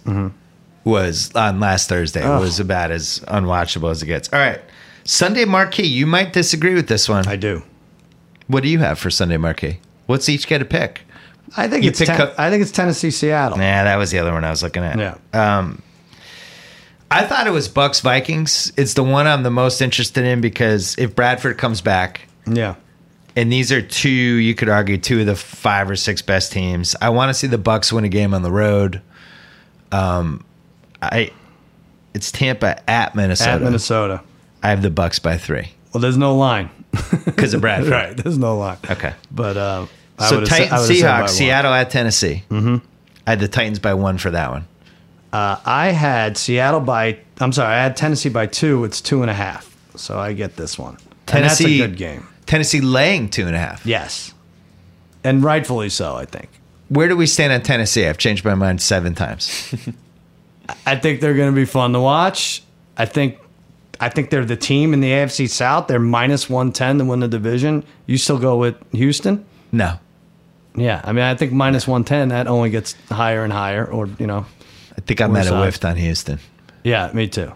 was on last Thursday was about as unwatchable as it gets. All right, Sunday marquee. You might disagree with this one. I do. What do you have for Sunday marquee? What's each get a pick? I think You it's pick ten, up- I think it's Tennessee Seattle. Yeah, that was the other one I was looking at. Yeah. Um, I thought it was Bucks Vikings. It's the one I'm the most interested in because if Bradford comes back, Yeah. and these are two you could argue two of the five or six best teams. I want to see the Bucks win a game on the road. Um, I it's Tampa at Minnesota. At Minnesota. I have the Bucks by three Well, there's no line. because of Bradford. right. There's no line. Okay. But uh, I So would've said- I Titans, would've said by Seahawks, one. Seattle at Tennessee. Mm-hmm. I had the Titans by one for that one. Uh, I had Seattle by. I'm sorry. I had Tennessee by two. It's two and a half. So I get this one. Tennessee And that's a good game. Tennessee laying two and a half. Yes. And rightfully so, I think. Where do we stand on Tennessee? I've changed my mind seven times. I think they're going to be fun to watch. I think I think they're the team in the AFC South. They're minus 110 to win the division. You still go with Houston? No, Yeah. I mean, I think minus 110 that only gets higher and higher or, you know. I think I We're might have side. whiffed on Houston. Yeah, me too.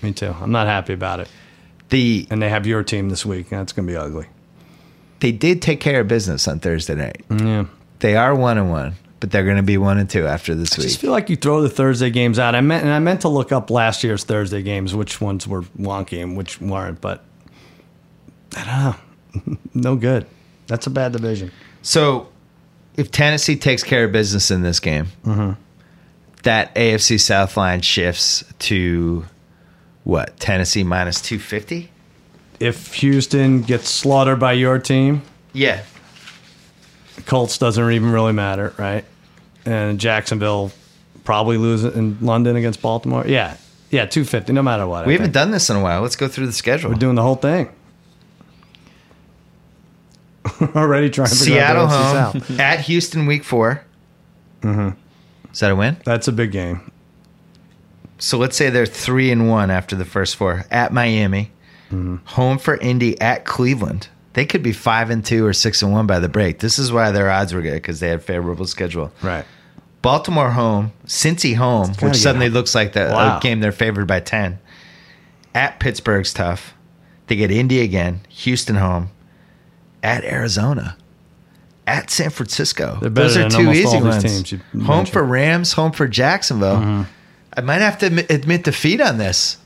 Me too. I'm not happy about it. The And they have your team this week. and That's going to be ugly. they did take care of business on Thursday night. Yeah. They are one and one, but they're going to be one and two after this I just week. feel like you throw the Thursday games out. I meant and I meant to look up last year's Thursday games, which ones were wonky and which weren't, but I don't know. no good. That's a bad division. So, if Tennessee takes care of business in this game, Mm-hmm. that AFC South line shifts to what? Tennessee minus two fifty. If Houston gets slaughtered by your team, Yeah, Colts doesn't even really matter, right? And Jacksonville probably loses in London against Baltimore. Yeah. Yeah, 250 no matter what. we I haven't think. done this in a while. Let's go through the schedule. We're doing the whole thing. Already trying to figure Seattle out the AFC home South. Mm-hmm. at Houston week 4 Is that a win? That's a big game. So let's say they're three and one after the first four at Miami, Mm-hmm. home for Indy at Cleveland. They could be five and two or six and one by the break. This is why their odds were good because they had favorable schedule. Right. Baltimore home, Cincy home, gotta which get suddenly hot. looks like the a Wow. game they're favored by ten. At Pittsburgh's tough. They get Indy again, Houston home, at Arizona, at San Francisco. They're better than almost all these teams you home mentioned. Mm-hmm. for Rams, home for Jacksonville. I might have to admit, admit defeat on this.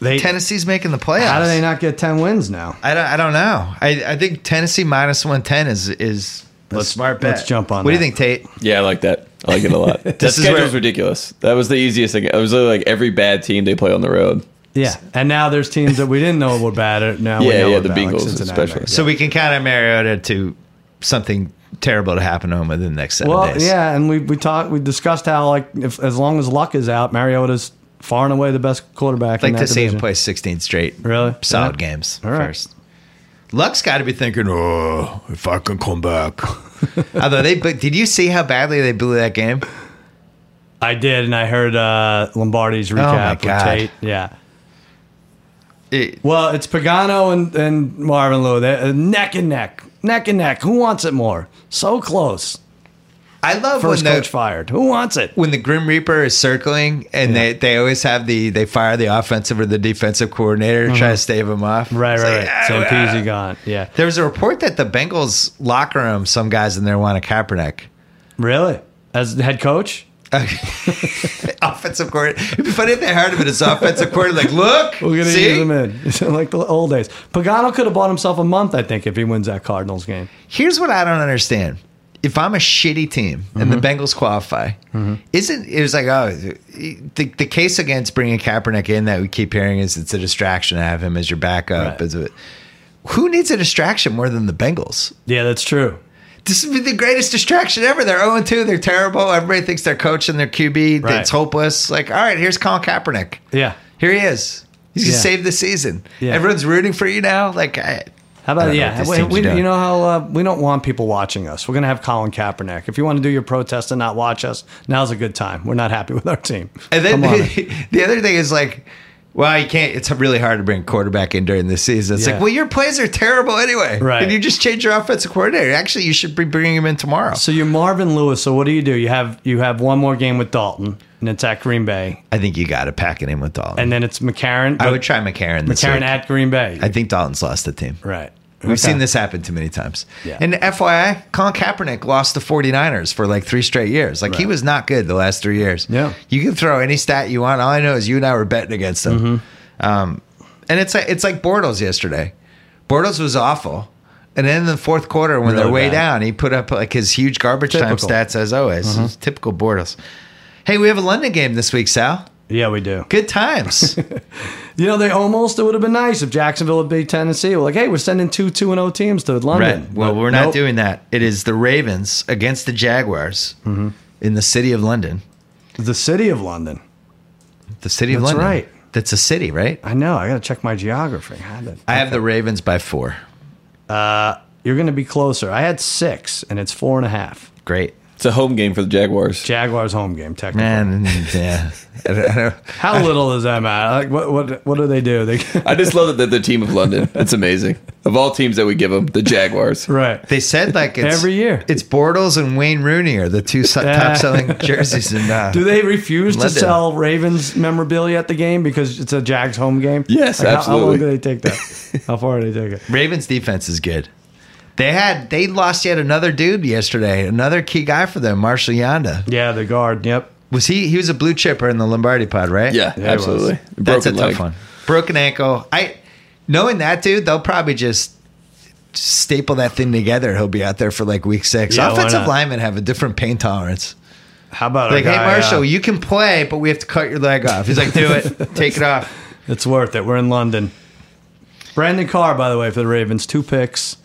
They Tennessee's making the playoffs. How do they not get 10 wins now? I don't. I don't know. I, I think Tennessee minus one ten is is a Let's- smart bet. let's jump on What do that. you think, Tate? Yeah, I like that. I like it a lot. that This is schedule's where- ridiculous. That was the easiest thing. It was literally like every bad team they play on the road. Yeah. And now there's teams that we didn't know were bad. or Now we Yeah, know yeah, were the bad, like Bengals Cincinnati especially. Bengals. So we can count on Mariota to something terrible to happen to him within the next seven Well, days. yeah, and we we talked we discussed how like if as long as luck is out, Mariota's far and away the best quarterback. I'd in like that to see him division. play 16 straight, Really? solid Yeah. games All right. first. Luck's got to be thinking, oh, if I can come back. Although they, but did you see how badly they blew that game? I did, and I heard uh, Lombardi's Oh my God. recap with Tate. Yeah. It- Well, it's Pagano and, and Marvin Lewis. They're uh, neck and neck, neck and neck. Who wants it more? So close. I love First when the coach fired. Who wants it? when the Grim Reaper is circling, and they, they always have the they fire the offensive or the defensive coordinator to try to stave him off. Uh-huh. Right, It's right, like, right. "Ah, Sam ah." uh, Peasy gone. Yeah. There was a report that the Bengals locker room, some guys in there want a Kaepernick. Really? As the head coach? offensive coordinator. It'd be funny if they hired him as offensive coordinator. Like, look, We're gonna see, use him in like the old days. Pagano could have bought himself a month, I think, if he wins that Cardinals game. here's what I don't understand. If I'm a shitty team and the Mm-hmm. Bengals qualify, isn't it was like oh the, the case against bringing Kaepernick in that we keep hearing is it's a distraction to have him as your backup. Right. Is it- who needs a distraction more than the Bengals? Yeah, that's true. This would be the greatest distraction ever. They're 0 2. They're terrible. Everybody thinks they're coach and their QB. Right. It's hopeless. Like, all right, here's Colin Kaepernick. Yeah. Here he is. He's going to Yeah. save the season. Yeah. Everyone's rooting for you now. Like, I, How I don't about know yeah? what this We, team's we- doing. you know how uh, we don't want people watching us. We're gonna have Colin Kaepernick. If you want to do your protest and not watch us, now's a good time. We're not happy with our team. And then Come on. the, other thing is like, well, you can't. It's really hard to bring a quarterback in during the season. It's Yeah. like, well, your plays are terrible anyway. Right. And you just change your offensive coordinator. Actually, you should be bringing him in tomorrow. so you're Marvin Lewis. So what do you do? You have you have one more game with Dalton, and it's at Green Bay, I think you got to pack it in with Dalton. and then it's McCarron. I would try McCarron. This McCarron week. at Green Bay. I think Dalton's lost the team. right, We've seen this happen too many times. Yeah. And FYI, Colin Kaepernick lost the 49ers for like three straight years. Like he was not good the last three years. Yeah. You can throw any stat you want. All I know is you and I were betting against him. Mm-hmm. Um, and it's like, it's like Bortles yesterday. Bortles was awful. And then in the fourth quarter, when they're Really way bad. down, he put up like his huge garbage time Typical. Mm-hmm. stats as always. It's Typical Bortles. Hey, we have a London game this week, Sal. Yeah, we do. Good times. You know, they almost it would have been nice if Jacksonville had beat Tennessee. We're like, hey, we're sending two two and O teams to London. Right. Well, But we're not nope. doing that. It is the Ravens against the Jaguars Mm-hmm. in the city of London. the city of London. The city of That's London. right. That's a city, right? I know. I got to check my geography. How did- I have the Ravens by four. You're going to be closer. I had six, and it's four and a half. Great. It's a home game for the Jaguars. Jaguars home game, technically. Man, yeah. I don't- I don't- How little does that matter? Like, what what what do they do? They I just love that they're the team of London. It's amazing. Of all teams that we give them, the Jaguars. right. They said like it's, Every year. It's Bortles and Wayne Rooney are the two top selling jerseys in uh, Do they refuse to London. sell Ravens memorabilia at the game because it's a Jags home game? Yes, Like, how- How, long do they absolutely. take that? How far do they take it? Ravens defense is good. They had they lost yet another dude yesterday, another key guy for them, Marshall Yanda. Yeah, the guard. Yep. Was he he was a blue chipper in the Lombardi pod, right? Yeah, Yeah, it was. absolutely. That's Broken a tough leg. one. Broken ankle. I knowing that dude, they'll probably just staple that thing together. He'll be out there for like week six. Yeah, why Offensive not? linemen have a different pain tolerance. How about our Like, hey guy, Marshall, uh, you can play, but we have to cut your leg off. He's like, do it, take it off. It's worth it. We're in London. Brandon Carr, by the way, for the Ravens, two picks.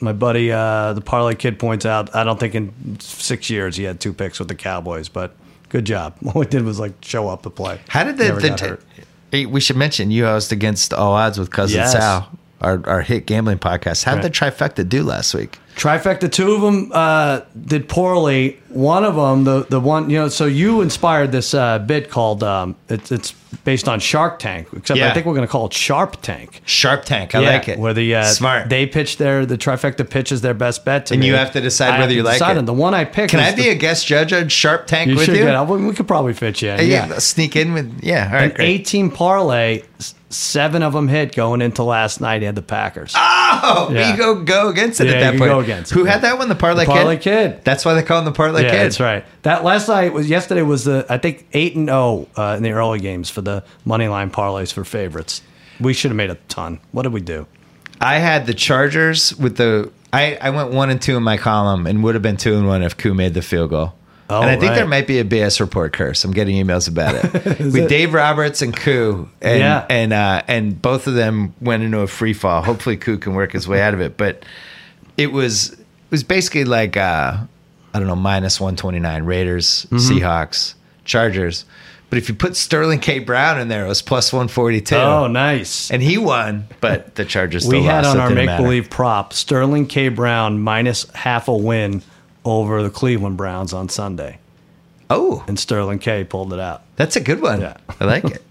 My buddy, uh, the parlay kid, points out. I don't think in six years he had two picks with the Cowboys, but good job. All we did was like show up to play. How did the, Never got the hurt. Hey, we should mention you host against all odds with cousin Yes. Sal, our our hit gambling podcast. How did the trifecta do last week? trifecta? Two of them uh, did poorly. One of them, the the one you know. So you inspired this uh, bit called um, it's it's based on Shark Tank, except Yeah. I think we're going to call it Sharp Tank. Sharp Tank, I Yeah, like it. Where the uh, smart. they pitch their the trifecta pitches their best bet, to And me. you have to decide I whether have you to like decide it. on The one I picked. can was I be the- a guest judge on Sharp Tank You with should you? get. I- We could probably fit you. In. yeah, Yeah. sneak in with yeah. All right, An great. 18 parlay, s- seven of them hit going into last night. He had the Packers. Oh, Yeah. we go go against it Yeah, at that you point. go against it, Who yeah. had that one? The parlay, Parlay Kid. That's why they call him the parlay yeah, kid. that's right. That last night was yesterday was the I think eight and zero uh, in the early games for the money line parlays for favorites. We should have made a ton. What did we do? I had the Chargers with the. I, I went one and two in my column and would have been two and one if Ku made the field goal. Oh, and I think right. there might be a BS report curse. I'm getting emails about it. with Dave Roberts and Ku, and Yeah. and uh, and both of them went into a free fall. Hopefully, Ku can work his way out of it. But it was it was basically like uh, I don't know minus 129 Raiders, Mm-hmm. Seahawks, Chargers. But if you put Sterling K. Brown in there, it was plus 142. Oh, nice. And he won, but the Chargers still we had lost. on It our didn't matter. make believe prop Sterling K. Brown minus half a win over the Cleveland Browns on Sunday, Oh, and Sterling K. pulled it out. that's a good one. Yeah. I like it.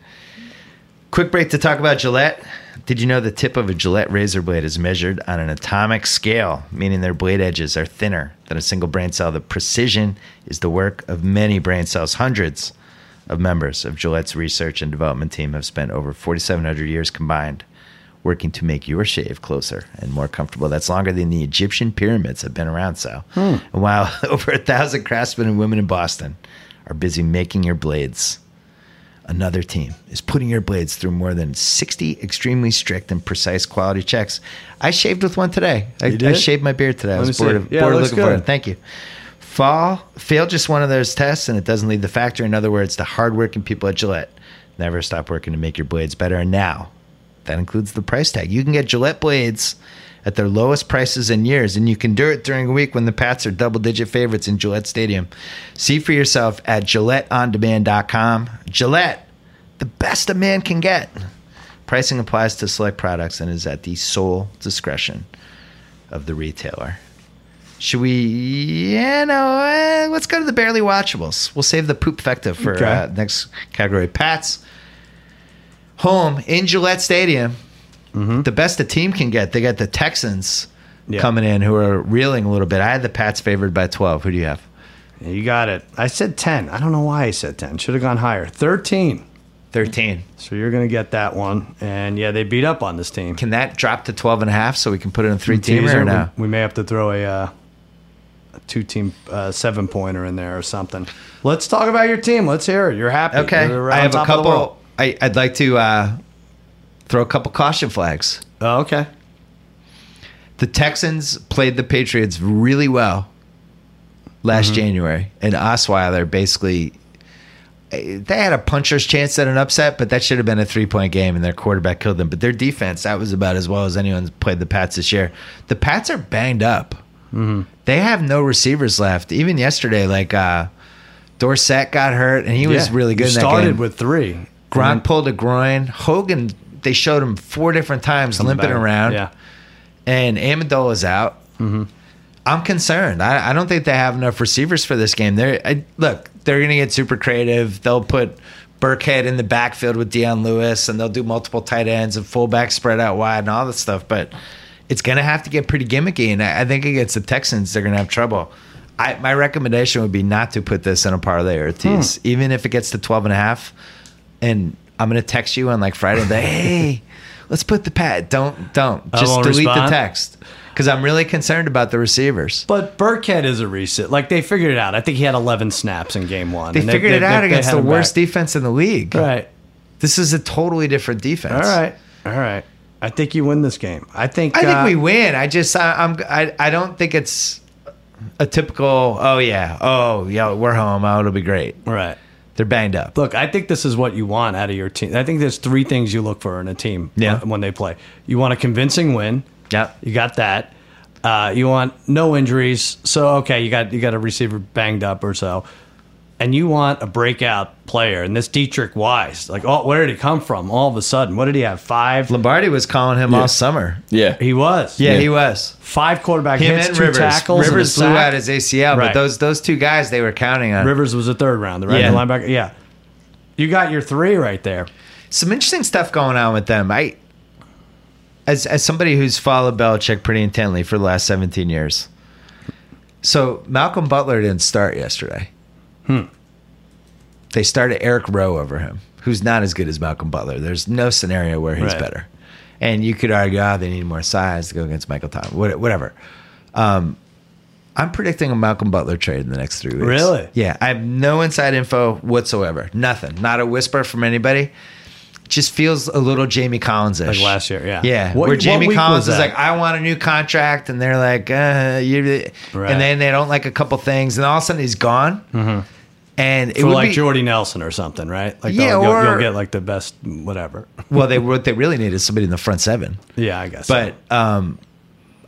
Quick break to talk about Gillette. Did you know the tip of a Gillette razor blade is measured on an atomic scale, meaning their blade edges are thinner than a single brain cell? The precision is the work of many brain cells. Hundreds of members of Gillette's research and development team have spent over 4,700 years combined working to make your shave closer and more comfortable. That's longer than the Egyptian pyramids have been around, so. And while over a thousand craftsmen and women in Boston are busy making your blades, another team is putting your blades through more than 60 extremely strict and precise quality checks. I shaved with one today. I, I did? shaved my beard today. I Let was me bored see. of, Yeah, it bored of looks looking for good. it. Thank you. Fall, fail just one of those tests and it doesn't leave the factory. In other words, the hardworking people at Gillette never stop working to make your blades better. And now that includes the price tag. You can get Gillette blades at their lowest prices in years, and you can do it during a week when the Pats are double digit favorites in Gillette Stadium. See for yourself at GilletteOnDemand.com. Gillette, the best a man can get. Pricing applies to select products and is at the sole discretion of the retailer. Should we, you know, eh, let's go to the barely watchables. We'll save the poop fecta for Okay. uh, next category. Pats home in Gillette Stadium. The best a team can get. They got the Texans Mm-hmm. Yeah. coming in who are reeling a little bit. I had the Pats favored by 12. Who do you have? You got it. I said 10. I don't know why I said 10. Should have gone higher. 13. 13. So you're going to get that one. And yeah, they beat up on this team. Can that drop to 12 and a half so we can put it in a three teamer Teaser, or we- no? We, may have to throw a, uh, a two team uh, seven pointer in there or something. Let's talk about your team. Let's hear it. You're happy. Okay. You're on I have a top of the world. couple. I, I'd like to uh, throw a couple caution flags. Oh, okay. The Texans played the Patriots really well last Mm-hmm. January, and Osweiler basically eh, they had a puncher's chance at an upset, but that should have been a three point game, and their quarterback killed them. But their defense that was about as well as anyone's played the Pats this year. The Pats are banged up; Mm-hmm. they have no receivers left. Even yesterday, like uh, Dorsett got hurt, and he was Yeah. really good. You in that started game. with three. Mm-hmm. Gronk pulled a groin. Hogan, they showed him four different times limping Back. around Yeah. and Amendola is out. I'm concerned. I, I don't think they have enough receivers for this game. They're I, look, they're going to get super creative. They'll put Burkhead in the backfield with Deion Lewis, and they'll do multiple tight ends and fullback spread out wide and all that stuff. But it's going to have to get pretty gimmicky, and I, I think against the Texans, they're going to have trouble. I, my recommendation would be not to put this in a parlay or a tease, Hmm. even if it gets to 12 and a half. And I'm going to text you on like Friday, and be like, hey, let's put the pat. Don't, don't. I Just won't delete respond. the text because I'm really concerned about the receivers. But Burkhead is a reset. Like they figured it out. I think he had 11 snaps in game one. They and figured it they- out they against had the him worst back. defense in the league. Right. This is a totally different defense. All right. All right. I think you win this game. I think. I uh, think we win. I just I, I'm I, I don't think it's a typical. Oh yeah. Oh yeah. We're home. Oh, it'll be great. Right. They're banged up. Look, I think this is what you want out of your team. I think there's three things you look for in a team uh, Yeah. when- when they play. You want a convincing win. Yep. You got that. Uh, you want no injuries. So okay, you got you got a receiver banged up or so. And you want a breakout player, and this Dietrich Wise, like, oh, where did he come from? All of a sudden, what did he have? Five. Lombardi was calling him all summer. Yeah. He was. Yeah, he was. Five quarterback Him hits, and two Rivers. tackles. and a Rivers blew sack. out his ACL, but Right. those those two guys they were counting on. Rivers was a third round, right? Yeah. The linebacker. Yeah. You got your three right there. some interesting stuff going on with them. I, as as somebody who's followed Belichick pretty intently for the last seventeen years, so Malcolm Butler didn't start yesterday. Hmm. They started Eric Rowe over him, who's not as good as Malcolm Butler. There's no scenario where he's Right. better, and you could argue, ah, they need more size to go against Michael Thomas, what- whatever. Um, I'm predicting a Malcolm Butler trade in the next three weeks. Really? Yeah. I have no inside info whatsoever. Nothing. Not a whisper from anybody. Just feels a little Jamie Collins ish. Like last year, yeah. Yeah. What- where what Jamie week Collins was is that? like, I want a new contract. And they're like, uh, you. Right. Mm-hmm. And then they don't like a couple things. And all of a sudden he's gone. And it For would like be, Jordy Nelson or something, right? Like Yeah, they'll- you'll, you'll or- get like the best whatever. well, they what they really need is somebody in the front seven. Yeah, I guess. But um,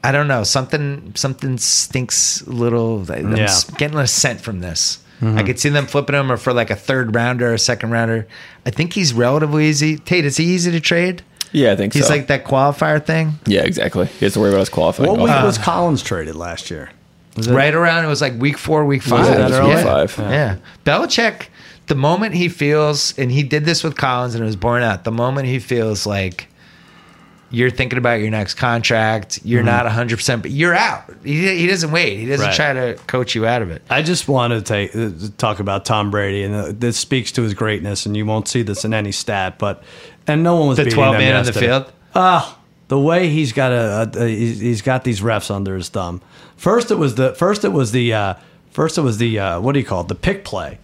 I don't know. Something something stinks a little. I'm Yeah. Mm-hmm. s- getting a scent from this. I could see them flipping him or for like a third rounder or a second rounder. I think he's relatively easy. Tate, is he easy to trade? Yeah, I think He's so. like that qualifier thing. yeah, exactly. He has to worry about his qualifying. Uh, what week uh, also. was Collins traded last year? Was it- Right around it was like week four, week five. Was it that early? Yeah. Five. Yeah. Belichick, the moment he feels and he did this with Collins and it was born out, the moment he feels like you're thinking about your next contract, you're not hundred percent, but you're out. He, he doesn't wait. He doesn't Mm-hmm. Right. try to coach you out of it. I just want to take, uh, talk about Tom Brady, and uh, this speaks to his greatness, and you won't see this in any stat, but and no one was The beating 12 them man on the yesterday. field? Ah, the way he's got a, a, a he's, he's got these refs under his thumb. First it was the first it was the uh, first it was the uh, what do you call it the pick play,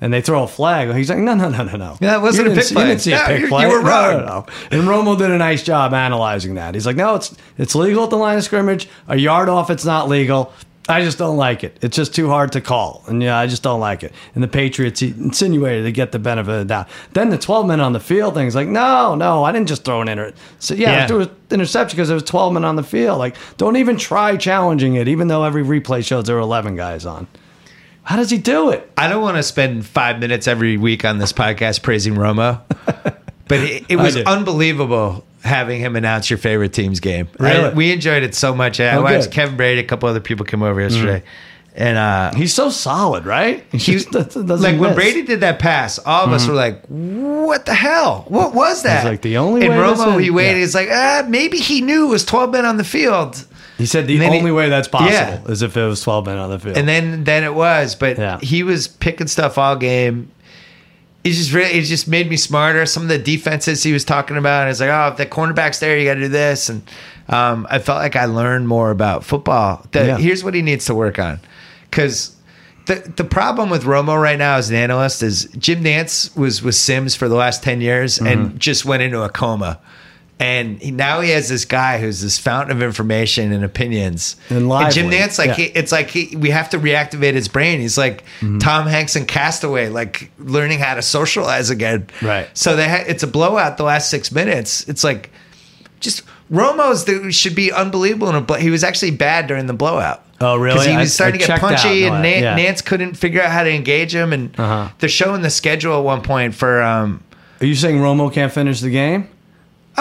and they throw a flag. He's like, no, no, no, no, no. Yeah, it wasn't You a didn't pick see- play. You didn't see No, a pick you- play. you were No, no, wrong. no. And Romo did a nice job analyzing that. He's like, no, it's it's legal at the line of scrimmage. A yard off, it's not legal. I just don't like it. It's just too hard to call, and yeah, I just don't like it. And the Patriots he insinuated they get the benefit of the doubt. Then the twelve men on the field thing is like, no, no, I didn't just throw an inter. So yeah, Yeah. I threw an interception because there was twelve men on the field. Like, don't even try challenging it, even though every replay shows there were eleven guys on. How does he do it? I don't want to spend five minutes every week on this podcast praising Romo, but it, it was do. unbelievable having him announce your favorite team's game. I- Really? we enjoyed it so much. I Oh, watched good. Mm. Kevin Brady, a couple other people came over yesterday, and uh, He's so solid, right? he, like when Brady did that pass, all of us were like, "What the hell? What was that?" Mm-hmm. like, the only and way this Romo, is- he waited. yeah. He's like, "Ah, maybe he knew it was twelve men on the field." He said the And then he- only way that's possible Yeah. is if it was 12 men on the field. and then then it was but Yeah. he was picking stuff all game It just really, it just made me smarter. Some of the defenses he was talking about, and it's like, oh, if the cornerback's there, you got to do this. And um, I felt like I learned more about football. The, Yeah. Here's what he needs to work on, because the the problem with Romo right now as an analyst is Jim Nance was with Sims for the last ten years Mm-hmm. and just went into a coma. And he, now he has this guy who's this fountain of information and opinions. And Jim lively. Nance, like Yeah. he, it's like he, we have to reactivate his brain. He's like Mm-hmm. Tom Hanks in Castaway, like learning how to socialize again. Right. So they ha- it's a blowout the last six minutes. It's like just Romo's the, should be unbelievable in a blow. He was actually bad during the blowout. Oh, really? 'Cause he I- was starting I to get checked out. punchy, No, and I- Nan- yeah. Nance couldn't figure out how to engage him. And Uh-huh. they're showing the schedule at one point for um, Are you saying Romo can't finish the game?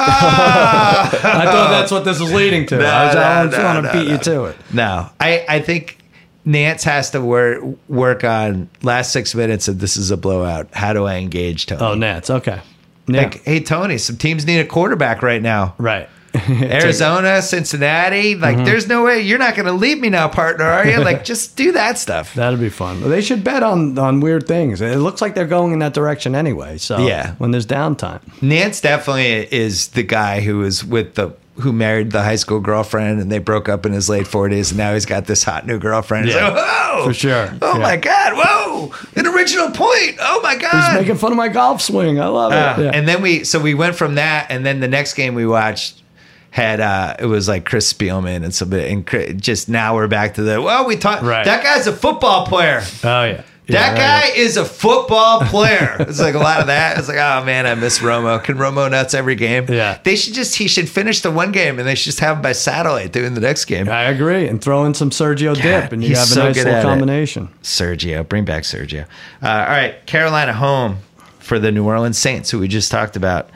I thought that's what this was leading to. I was, I was Ah! no, trying to no, beat no. you to it. No, I, I think Nance has to work work on last six minutes of this is a blowout. How do I engage Tony? Oh, Nats. Okay. Yeah. Like, hey Tony, some teams need a quarterback right now. right. Arizona, Cincinnati. Like, Mm-hmm. there's no way you're not going to leave me now, partner, are you? Like, just do that stuff. That'd be fun. They should bet on, on weird things. It looks like they're going in that direction anyway. So Yeah. when there's downtime, Nance definitely is the guy who is with the who married the high school girlfriend and they broke up in his late forties and now he's got this hot new girlfriend. He's Yeah. like, whoa, For sure. Oh Yeah. my god, whoa, an original point. Oh my he's god. making fun of my golf swing. I love Uh, it. Yeah. And then we so we went from that, and then the next game we watched had uh it was like Chris Spielman and some and Chris, just now we're back to the well we talked Right. that guy's a football player. oh yeah. That guy is a football player. It's like a lot of that. It's like, oh man, I miss Romo. Can Romo nuts every game? Yeah. They should just he should finish the one game and they should just have him by satellite doing the next game. I agree. And throw in some Sergio Dip, and you he's have a so nice good little at it. combination. Sergio, bring back Sergio. Uh, all right, Carolina home for the New Orleans Saints, who we just talked about.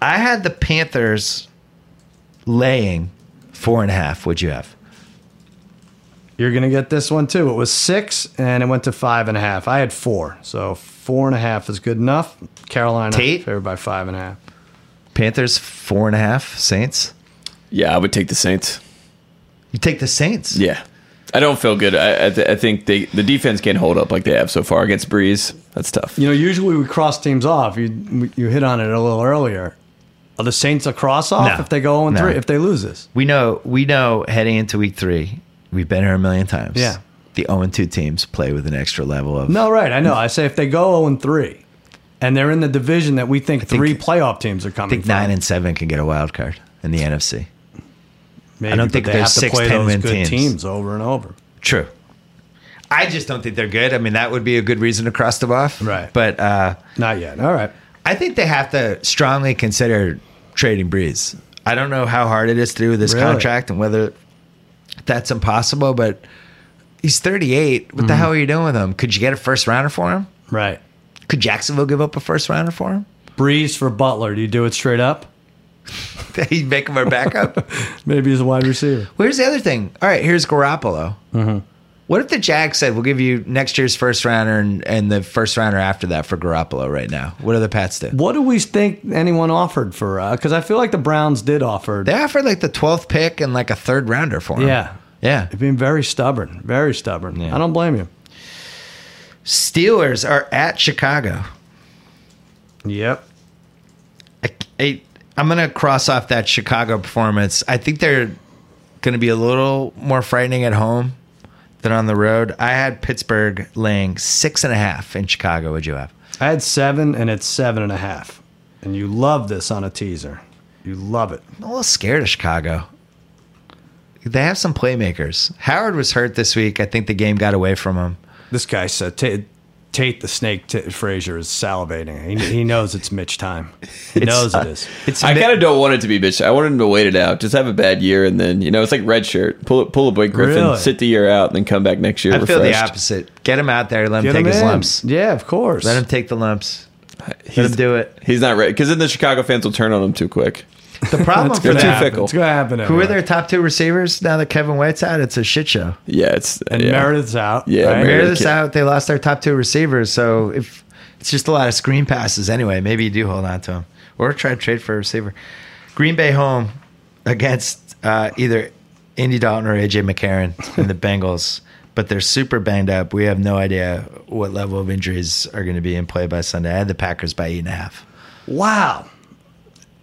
I had the Panthers laying four and a half. Would you have? You're gonna get this one too. It was six, and it went to five and a half. I had four, so four and a half is good enough. Carolina Tate? favored by five and a half. Panthers four and a half. Saints. Yeah, I would take the Saints. You take the Saints. Yeah, I don't feel good. I I, th- I think they the defense can't hold up like they have so far against Breeze. That's tough. You know, usually we cross teams off. You you hit on it a little earlier. Are the Saints a cross off No. if they go on No. three? If they lose this, We know. We know heading into week three, we've been here a million times. Yeah. The zero and two teams play with an extra level of no, right? I know. I say if they go zero and three, and they're in the division that we think, think- three playoff teams are I coming. think from. nine and seven can get a wild card in the NFC. Maybe, don't but think they there's have to six play 10 those win good teams. over and over. True. I just don't think they're good. I mean, that would be a good reason to cross them off. Right. But uh, Not yet. All right. I think they have to strongly consider trading Breeze. I don't know how hard it is to do with this Really? contract and whether that's impossible, but he's 38. What the Mm-hmm. hell are you doing with him? Could you get a first rounder for him? Right. Could Jacksonville give up a first rounder for him? Breeze for Butler. Do you do it straight up? He'd make him our backup. Maybe he's a wide receiver. Where's the other thing? All right, here's Garoppolo. Mm-hmm. What if the Jags said, we'll give you next year's first rounder and, and the first rounder after that for Garoppolo right now? What do the Pats do? What do we think anyone offered for? Because I feel like the Browns did offer. They offered like the 12th pick and like a third rounder for him. yeah. Yeah. Being very stubborn, very stubborn. I don't blame you. Steelers are at Chicago. Yep. I, I, I'm going to cross off that Chicago performance. I think they're going to be a little more frightening at home than on the road. I had Pittsburgh laying six and a half in Chicago. Would you have? I had seven, and it's seven and a half. And you love this on a teaser. You love it. I'm a little scared of Chicago. They have some playmakers. Howard was hurt this week. I think the game got away from him. This guy said Tate, Tate the Snake T- Frazier is salivating. He, he knows it's Mitch time. He knows uh, it is. It's I kind of don't want it to be bitch. I want him to wait it out. Just have a bad year, and then you know it's like red shirt. Pull pull a Blake Griffin, Really? sit the year out, and then come back next year. I feel the refreshed. opposite. Get him out there. Let him Get take him his in. lumps. Yeah, of course. Let him take the lumps. Let him He's- do it. He's not ready because then the Chicago fans will turn on him too quick. The problem for good. It's gonna Too that, happen. fickle. It's going to happen. who are anyway. their top two receivers now that Kevin White's out? It's a shit show. Yeah, it's And yeah. Meredith's out. Yeah, right? Meredith. Bear Really this can't- out. They lost their top two receivers, so if it's just a lot of screen passes anyway, maybe you do hold on to him or try to trade for a receiver. Green Bay home against uh, either Andy Dalton or AJ McCarron and the Bengals. but they're super banged up. We have no idea what level of injuries are going to be in play by Sunday. I had the Packers by eight and a half. Wow.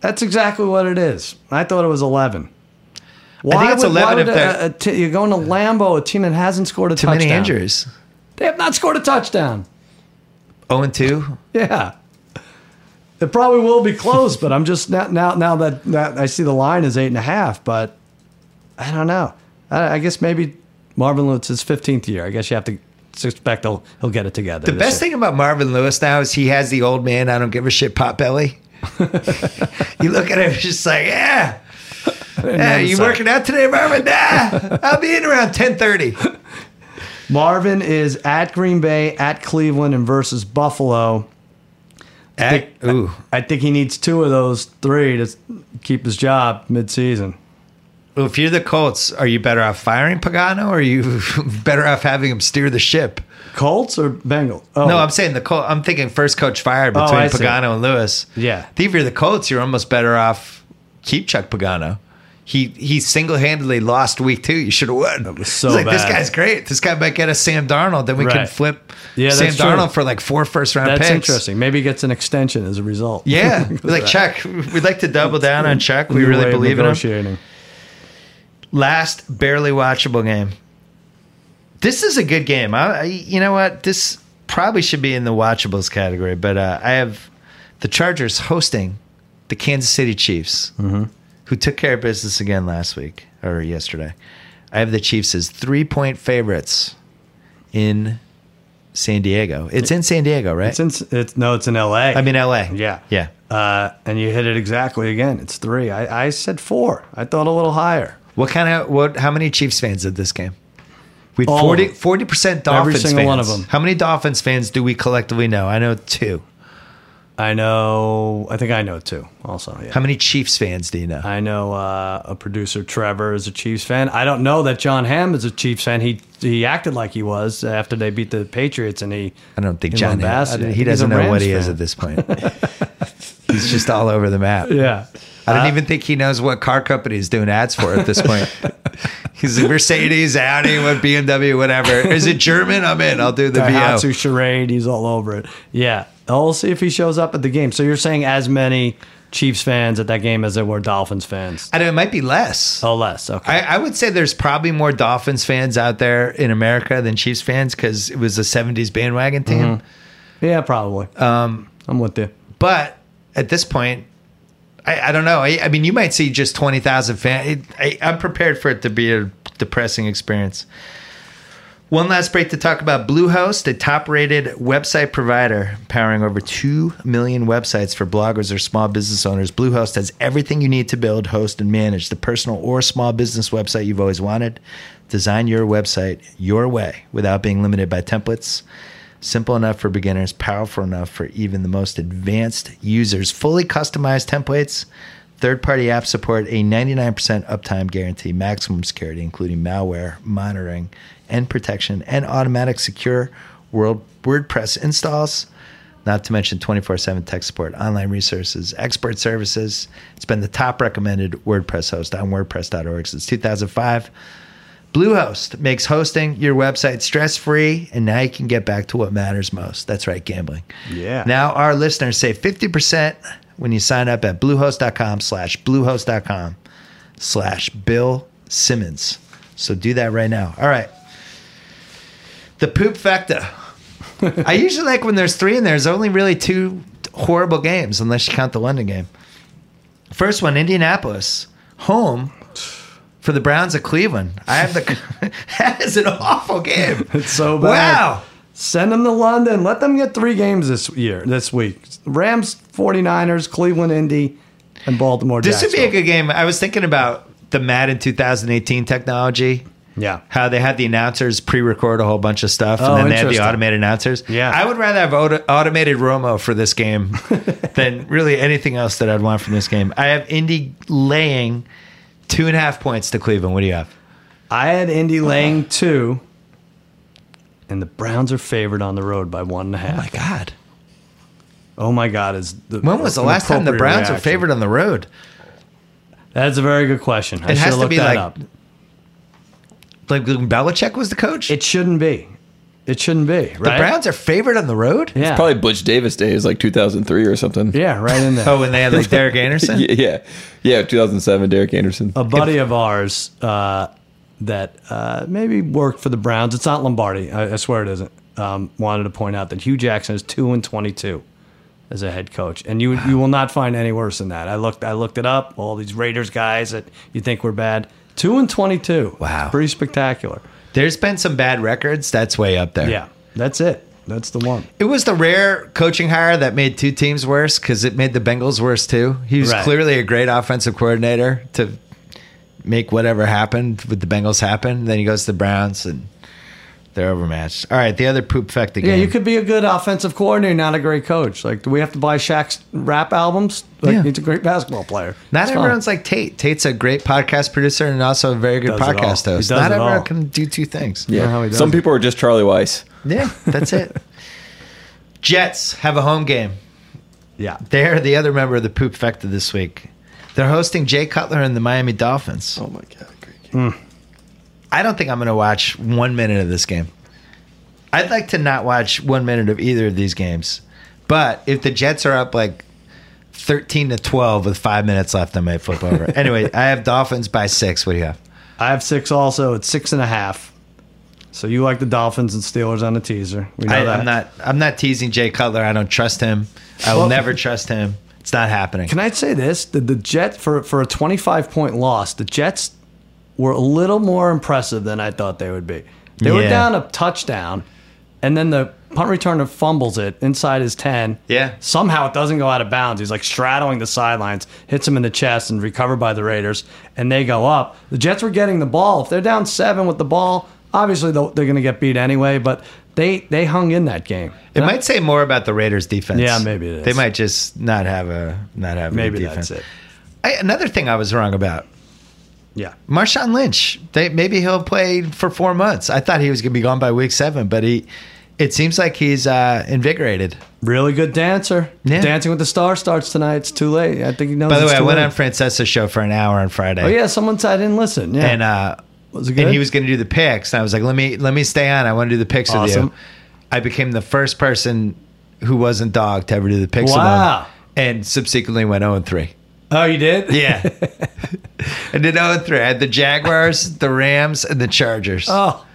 That's exactly what it is. I thought it was 11. Why it's 11 if they're- a- a t- you're going to Lambeau, a team that hasn't scored a Too touchdown. many injuries. They have not scored a touchdown. Oh and two. Yeah. It probably will be close, but I'm just now now now that, that I see the line is eight and a half, but I don't know. I, I guess maybe Marvin Lewis his 15th year. I guess you have to suspect he'll he'll get it together. The best thing about Marvin Lewis now is he has the old man. I don't give a shit pot belly. you look at him, it's just like yeah. Yeah, uh, you working out today, Marvin? Nah, I'll be in around ten thirty. Marvin is at Green Bay, at Cleveland, and versus Buffalo. At- ooh. I think he needs two of those three to keep his job midseason. Well, if you're the Colts, are you better off firing Pagano or are you better off having him steer the ship? Colts or Bengals? Oh, No, I'm saying the Colts. I'm thinking first coach fired between I see. Pagano and Lewis. Yeah. If you're the Colts, you're almost better off keep Chuck Pagano. He he single handedly lost week two. You should have won. That was so like, This bad. guy's great. This guy might get us Sam Darnold. Then we can Right. flip Yeah, Sam that's true. Darnold for like four first round that's picks. interesting. Maybe he gets an extension as a result. Yeah. We're like Chuck, we'd like to double down on Chuck. We New way really of believe in him. negotiating. Last barely watchable game. This is a good game. I, I, you know what? This probably should be in the watchables category, but uh, I have the Chargers hosting the Kansas City Chiefs, Mm-hmm. who took care of business again last week or yesterday. I have the Chiefs as three point favorites in San Diego. It's in San Diego, right? It's in, it's no, it's in L.A. I mean, L.A. yeah, Yeah. Uh, and you hit it exactly again. It's three. I, I said four. I thought a little higher. What kind of what? How many Chiefs fans did this game? We All of 40 them. percent Dolphins single fans. one of them. How many Dolphins fans do we collectively know? I know two. I know. I think I know two. Also, yeah. How many Chiefs fans do you know? I know uh, a producer, Trevor, is a Chiefs fan. I don't know that John Hamm is a Chiefs fan. He he acted like he was after they beat the Patriots, and he I don't think he John. lambasted it. He He's doesn't a know what Rams he is fan. at this point. He's just all over the map. Yeah, I don't even think he knows what car company he's doing ads for at this point. He's a Mercedes, Audi, what BMW, whatever. Is it German? I'm in. I'll do the Daihatsu VO. charade. He's all over it. Yeah, I'll see if he shows up at the game. So you're saying as many Chiefs fans at that game as there were Dolphins fans? I don't. It might be less. Oh, less. Okay. I, I would say there's probably more Dolphins fans out there in America than Chiefs fans because it was a 70s bandwagon team. yeah, probably. Um, I'm with you. But at this point, I, I don't know. I, I mean, you might see just 20,000 fans. I, I'm prepared for it to be a depressing experience. One last break to talk about Bluehost, the top rated website provider powering over 2 million websites for bloggers or small business owners. Bluehost has everything you need to build, host, and manage the personal or small business website you've always wanted. Design your website your way without being limited by templates. Simple enough for beginners, powerful enough for even the most advanced users. Fully customized templates, third party app support, a 99% uptime guarantee, maximum security, including malware, monitoring, and protection, and automatic secure world WordPress installs. Not to mention 24 7 tech support, online resources, expert services. It's been the top recommended WordPress host on WordPress.org since 2005. Bluehost makes hosting your website stress free, and now you can get back to what matters most. That's right, gambling. Yeah. Now our listeners save 50% when you sign up at bluehost.com slash bluehost.com slash Bill Simmons. So do that right now. All right. The poop factor. I usually like when there's three and there's only really two horrible games, unless you count the London game. First one, Indianapolis, home for the Browns of Cleveland. I have the. that is an awful game. It's so bad. Wow. Send them to London. Let them get three games this year, this week. Rams, 49ers, Cleveland, Indy, and Baltimore. This would be a Jacksonville. good game. I was thinking about the Madden 2018 technology. Yeah. How they had the announcers pre-record a whole bunch of stuff, Oh, and then they had the interesting. automated announcers. Yeah. I would rather have auto- automated Romo for this game than really anything else that I'd want from this game. I have Indy laying two and a half points to Cleveland. What do you have? I had Indy laying two, and the Browns are favored on the road by one and a half. God, Oh my God! Is the, when was the last time the Browns were favored on the road? That's a very good question. I It should has have to looked be that like up. Like Belichick was the coach. It shouldn't be. It shouldn't be. Right? the Browns are favored on the road. Yeah. Probably Butch Davis days, like 2003 or something. Yeah, right in there. Oh, and they had like Derek Anderson. Yeah, yeah, yeah. 2007, Derek Anderson. a buddy of ours uh, that uh, maybe worked for the Browns. It's not Lombardi. I, I swear it isn't. Um, wanted to point out that Hugh Jackson is two and twenty-two as a head coach, and you you will not find any worse than that. I looked I looked it up. All these Raiders guys that you think were bad, two and twenty-two. Wow. pretty spectacular. There's been some bad records. That's way up there. Yeah, that's it. That's the one. It was the rare coaching hire that made two teams worse because it made the Bengals worse too. He was Right. clearly a great offensive coordinator to make whatever happened with the Bengals happen. Then he goes to the Browns and they're overmatched. All right, the other poop fact again. Yeah, you could be a good offensive coordinator, not a great coach. Like, do we have to buy Shaq's rap albums? Like, Yeah. he's a great basketball player. Not It's fine. everyone's like Tate. Tate's a great podcast producer and also a very good Does it all. podcast He host. does Not it all. everyone can do two things. yeah. know how he does Some it. people are just Charlie Weiss. Yeah, that's it. Jets have a home game. Yeah. They're the other member of the poop factor this week. They're hosting Jay Cutler and the Miami Dolphins. Oh my god, great game. Mm. I don't think I'm going to watch one minute of this game. I'd like to not watch one minute of either of these games. But if the Jets are up like 13 to 12 with five minutes left, I might flip over. anyway, I have Dolphins by six. What do you have? I have six also. It's six and a half. So you like the Dolphins and Steelers on the teaser. We know I, that. I'm not. I'm not teasing Jay Cutler. I don't trust him. I will Well- never trust him. It's not happening. Can I say this? The, the Jets, for, for a 25 point loss, the Jets were a little more impressive than I thought they would be. They were Yeah. down a touchdown, and then the punt returner fumbles it inside his 10. Yeah. Somehow it doesn't go out of bounds. He's like straddling the sidelines, hits him in the chest, and recovered by the Raiders, and they go up. The Jets were getting the ball. If they're down seven with the ball, obviously they'll- they're going to get beat anyway, but they, they hung in that game. It might say more about the Raiders' defense. Yeah, maybe it is. They might just not have a not have Maybe a good defense. that's it. I, another thing I was wrong about Yeah. Marshawn Lynch. They, maybe he'll play for four months. I thought he was going to be gone by week seven, but he. It seems like he's uh, invigorated. Really good dancer. Yeah. Dancing with the Stars starts tonight. It's too late. I think he knows. By the it's way, I too went late. on Francesca's show for an hour on Friday. Oh yeah, someone said I didn't listen. Yeah, and uh, Was it good? and he was going to do the picks, and I was like, "Let me let me stay on. I want to do the picks Awesome. with you." I became the first person who wasn't dog to ever do the picks Wow. alone, and subsequently went zero and three. oh, you did. Yeah, and did zero and three. I had the Jaguars, the Rams, and the Chargers, Oh,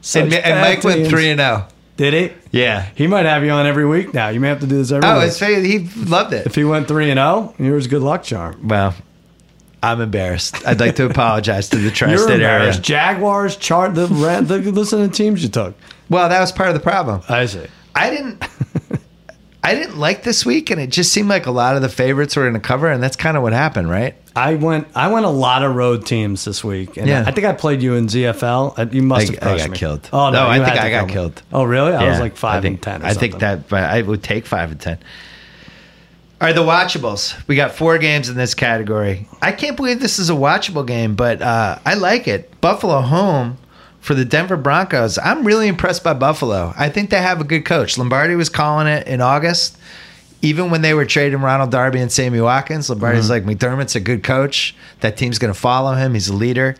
such and, Ma- and bad Mike went teams. three and oh. zero. Did he? Yeah. He might have you on every week now. You may have to do this every. Oh, week. it's fa- he loved it. if he went three and zero, here's good luck charm. well, I'm embarrassed. I'd like to apologize to the You're tri-state area. embarrassed. Jaguars chart the rent. the listen to the teams you took. Well, that was part of the problem. I see. I didn't. I didn't like this week, and it just seemed like a lot of the favorites were going to cover, and that's kind of what happened, right? I went. I went a lot of road teams this week, and Yeah. I, think I played you in ZFL. I- Uh, You must I- have crushed I got me. killed. Oh no, No, I you think had to I got kill me. killed. Oh really? I was Yeah, like five I think, and ten. Or I think something. that but I would take five and ten. All right, the watchables. We got four games in this category. I can't believe this is a watchable game, but uh, I like it. Buffalo home for the Denver Broncos. I'm really impressed by Buffalo. I think they have a good coach. Lombardi was calling it in August. Even when they were trading Ronald Darby and Sammy Watkins, Lombardi's Mm-hmm. like, McDermott's a good coach. That team's going to follow him. He's a leader.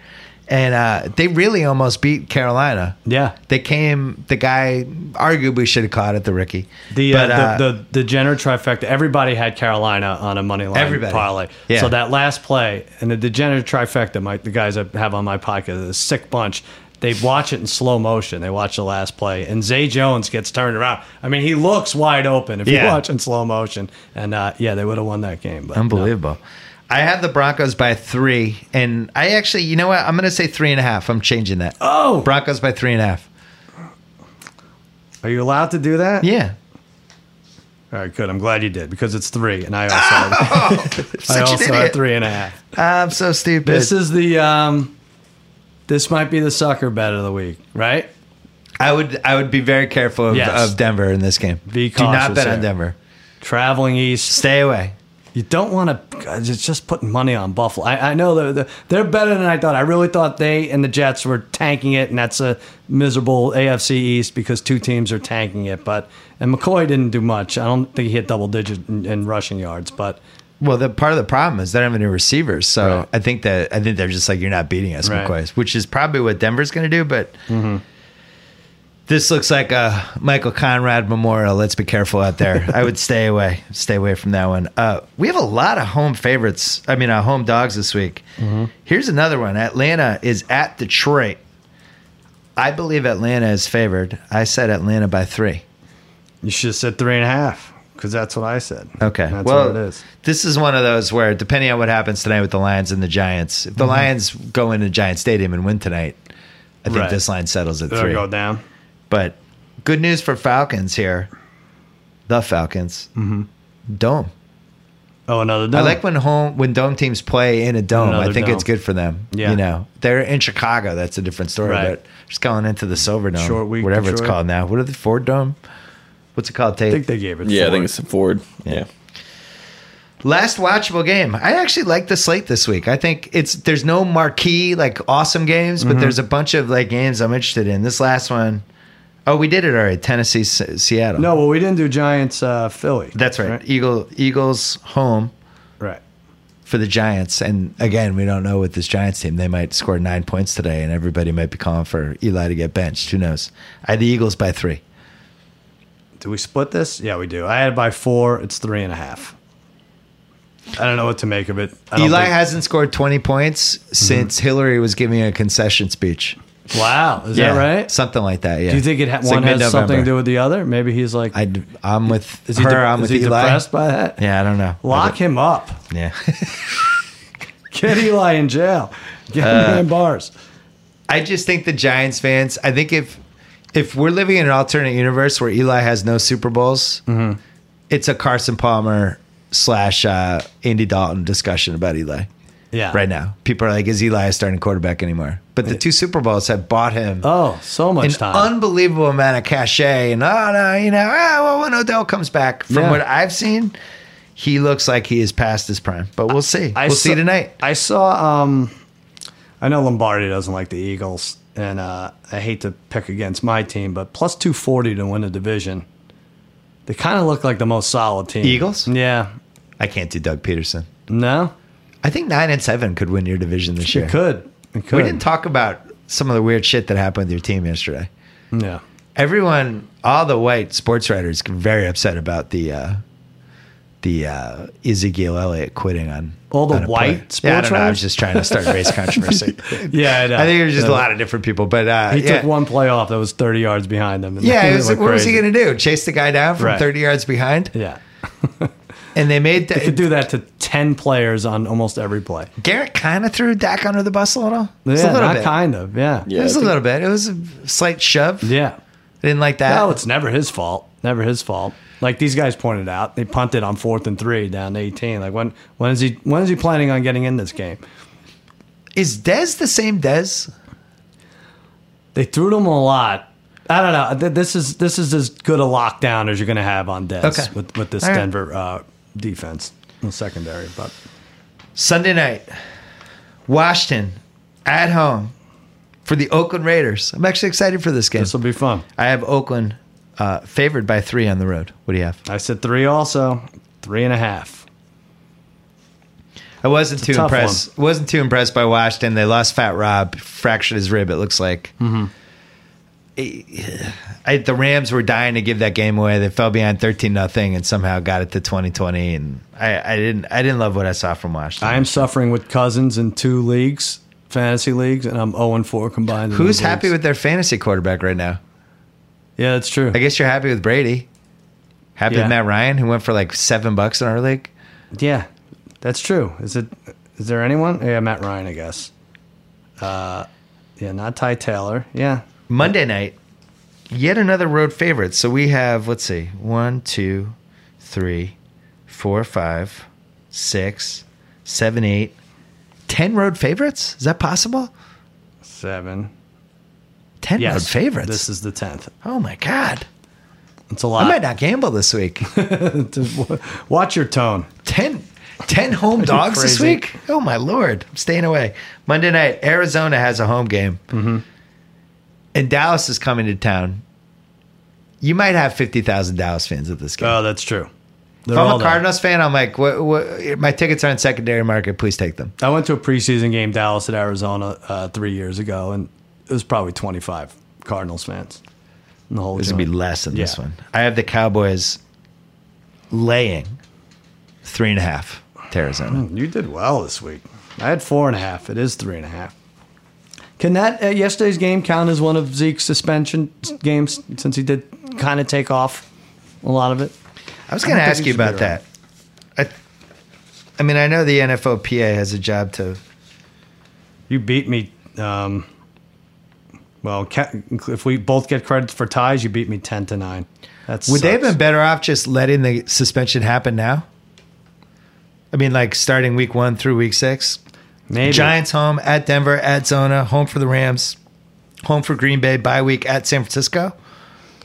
And uh, they really almost beat Carolina. Yeah. They came. The guy arguably should have caught it. The rookie. The, But, uh, the the the Jenner trifecta. Everybody had Carolina on a money line Everybody. parlay. Yeah. So that last play and the degenerate trifecta, my, the guys I have on my podcast, a sick bunch. They watch it in slow motion. They watch the last play, and Zay Jones gets turned around. I mean, he looks wide open if you Yeah. watch in slow motion. And uh, yeah, they would have won that game. But unbelievable. I have the Broncos by three, and I actually, you know what? I'm going to say three and a half. I'm changing that. Oh! Broncos by three and a half. Are you allowed to do that? Yeah, All right, good. I'm glad you did because it's three, and I also such I an also had idiot. three and a half. I'm so stupid. This is the um, this might be the sucker bet of the week, right? I would, I would be very careful of, Yes. of Denver in this game. Be Do not cautious bet on here. Denver. traveling east. Stay away. You don't want to. It's just putting money on Buffalo. I, I know they're, they're- they're better than I thought. I really thought they and the Jets were tanking it, and that's a miserable AFC East because two teams are tanking it. But and McCoy didn't do much. I don't think he hit double digit in, in rushing yards, but Well, the part of the problem is they don't have any receivers. So Right. I think that I think they're just like you're not beating us, Right. Mm-hmm. McCoy, which is probably what Denver's going to do. But this looks like a Michael Conrad Memorial. Let's be careful out there. I would stay away. Stay away from that one. Uh, we have a lot of home favorites. I mean, uh, home dogs this week. Mm-hmm. Here's another one. Atlanta is at Detroit. I believe Atlanta is favored. I said Atlanta by three. You should have said three and a half because that's what I said. Okay. That's well, what it is. this is one of those where, depending on what happens tonight with the Lions and the Giants, if the Mm-hmm. Lions go into Giant Stadium and win tonight, I think Right. this line settles at It'll three. go down. But good news for Falcons here, the Falcons Mm-hmm. dome. Oh, I another dunk. like when home when dome teams play in a dome. I Another think dome. it's good for them. Yeah. You know, they're in Chicago. That's a different story. Right. But just going into the Silver Dome, Short week, whatever it's Detroit. called now. What are the Ford Dome? What's it called? I Tate? think they gave it. Yeah, I four. think it's Ford. Yeah. Last watchable game. I actually like the slate this week. I think it's there's no marquee like awesome games, Mm-hmm. but there's a bunch of like games I'm interested in. This last one, oh, we did it already. Tennessee, Se- Seattle. No, well, we didn't do Giants uh, Philly. that's right. Eagle Eagles home Right. for the Giants, and again, we don't know with this Giants team. They might score nine points today, and everybody might be calling for Eli to get benched. Who knows? I had the Eagles by three. Do we split this? Yeah, we do. I had it by four. It's three and a half. I don't know what to make of it. I don't Mm-hmm. Eli think- hasn't scored twenty points since Hillary was giving a concession speech. Wow, is that right? Something like that. Yeah. do you think it ha- It's one like has something to mid-November. do with the other? Maybe he's like, I, am with is he, her. de- I'm is with he Eli. depressed by that? Yeah, I don't know. Lock him up. Yeah, Get Eli in jail. Get Uh, him in bars. I just think the Giants fans. I think if if we're living in an alternate universe where Eli has no Super Bowls, Mm-hmm. it's a Carson Palmer slash uh, Andy Dalton discussion about Eli Yeah. right now. People are like, "Is Eli a starting quarterback anymore?" But the two Super Bowls have bought him. Oh, so much an time. unbelievable amount of cachet. And oh no, you know, ah, well, when Odell comes back, from Yeah. what I've seen, he looks like he is past his prime. But we'll see. I we'll saw- see tonight. I saw. Um, I know Lombardi doesn't like the Eagles, and uh, I hate to pick against my team, but plus two forty to win a division. They kind of look like the most solid team. Eagles? Yeah. I can't do Doug Peterson. No. I think nine and seven could win your division this year. It could. It could. We didn't talk about some of the weird shit that happened with your team yesterday. Yeah. Everyone, all the white sports writers, get very upset about the uh, the uh, Ezekiel Elliott quitting on All the on a white play. Yeah, I sports don't know. I was writers? just trying to start race controversy. Yeah. know. I think it was just a Yeah. lot of different people, but uh, He yeah. took one play off that was thirty yards behind him. And Yeah, it it was like, looked what was he crazy. going to do? Chase the guy down from Right. 30 yards behind? Yeah. And they made They that. could do that to ten players on almost every play. Garrett kind of threw Dak under the bus a little. Yeah, Just a little not bit. kind of. Yeah. Yeah. It was a I think- little bit. It was a slight shove. Yeah. Didn't like that. No, Oh, it's never his fault. Never his fault. Like these guys pointed out, they punted on fourth and three down to eighteen. Like when when is he when is he planning on getting in this game? Is Dez the same Dez? They threw to him a lot. I don't know. Th- This is this is as good a lockdown as you're going to have on Dez Okay. with with this All right. Denver uh, defense, and secondary. But Sunday night, Washington at home for the Oakland Raiders. I'm actually excited for this game. this will be fun. I have Oakland uh, favored by three on the road. What do you have? I said three also, three and a half. I wasn't a too tough impressed. Wasn't too impressed by Washington. They lost Fat Rob, fractured his rib. It looks like. Mm-hmm. I, the Rams were dying to give that game away. They fell behind thirteen nothing and somehow got it to 2020. And I, I didn't. I didn't love what I saw from Washington. I am suffering with Cousins in two leagues, fantasy leagues, and I'm zero and four combined. in Who's those happy leagues. with their fantasy quarterback right now? Yeah, that's true. I guess you're happy with Brady. Happy Yeah. with Matt Ryan, who went for like seven bucks in our league. Yeah, that's true. Is it? Is there anyone? Yeah, Matt Ryan, I guess. Uh, yeah, not Ty Taylor. Yeah, Monday night, yet another road favorite. So we have, let's see, one, two, three, four, five, six, seven, eight, ten road favorites. Is that possible? seven. Ten Yes, road favorites. This is the tenth. oh my god! It's a I might lot. not gamble this week. Watch your tone. ten, ten home dogs this crazy? week. Oh my lord! I'm staying away. Monday night, Arizona has a home game, Mm-hmm. and Dallas is coming to town. You might have fifty thousand Dallas fans at this game. Oh, that's true. They're If I'm all a there. Cardinals fan, I'm like, what, what, my tickets are in secondary market. Please take them. I went to a preseason game, Dallas at Arizona, uh, three years ago, and it was probably 25 Cardinals fans. in The whole This would be joint. less than this Yeah. one. I have the Cowboys laying three and a half to Arizona. You did well this week. I had four and a half. It is three and a half. Can that uh, yesterday's game count as one of Zeke's suspension s- games since he did kind of take off a lot of it? I was going I to don't think ask he you should be about that. I, I mean, I know the NFOPA has a job to. You beat me. Um, well, ca- if we both get credit for ties, you beat me ten to nine. That's Would they have been better off just letting the suspension happen now? I mean, like starting week one through week six. maybe Giants home at Denver at Zona, home for the Rams, home for Green Bay, bye week at San Francisco.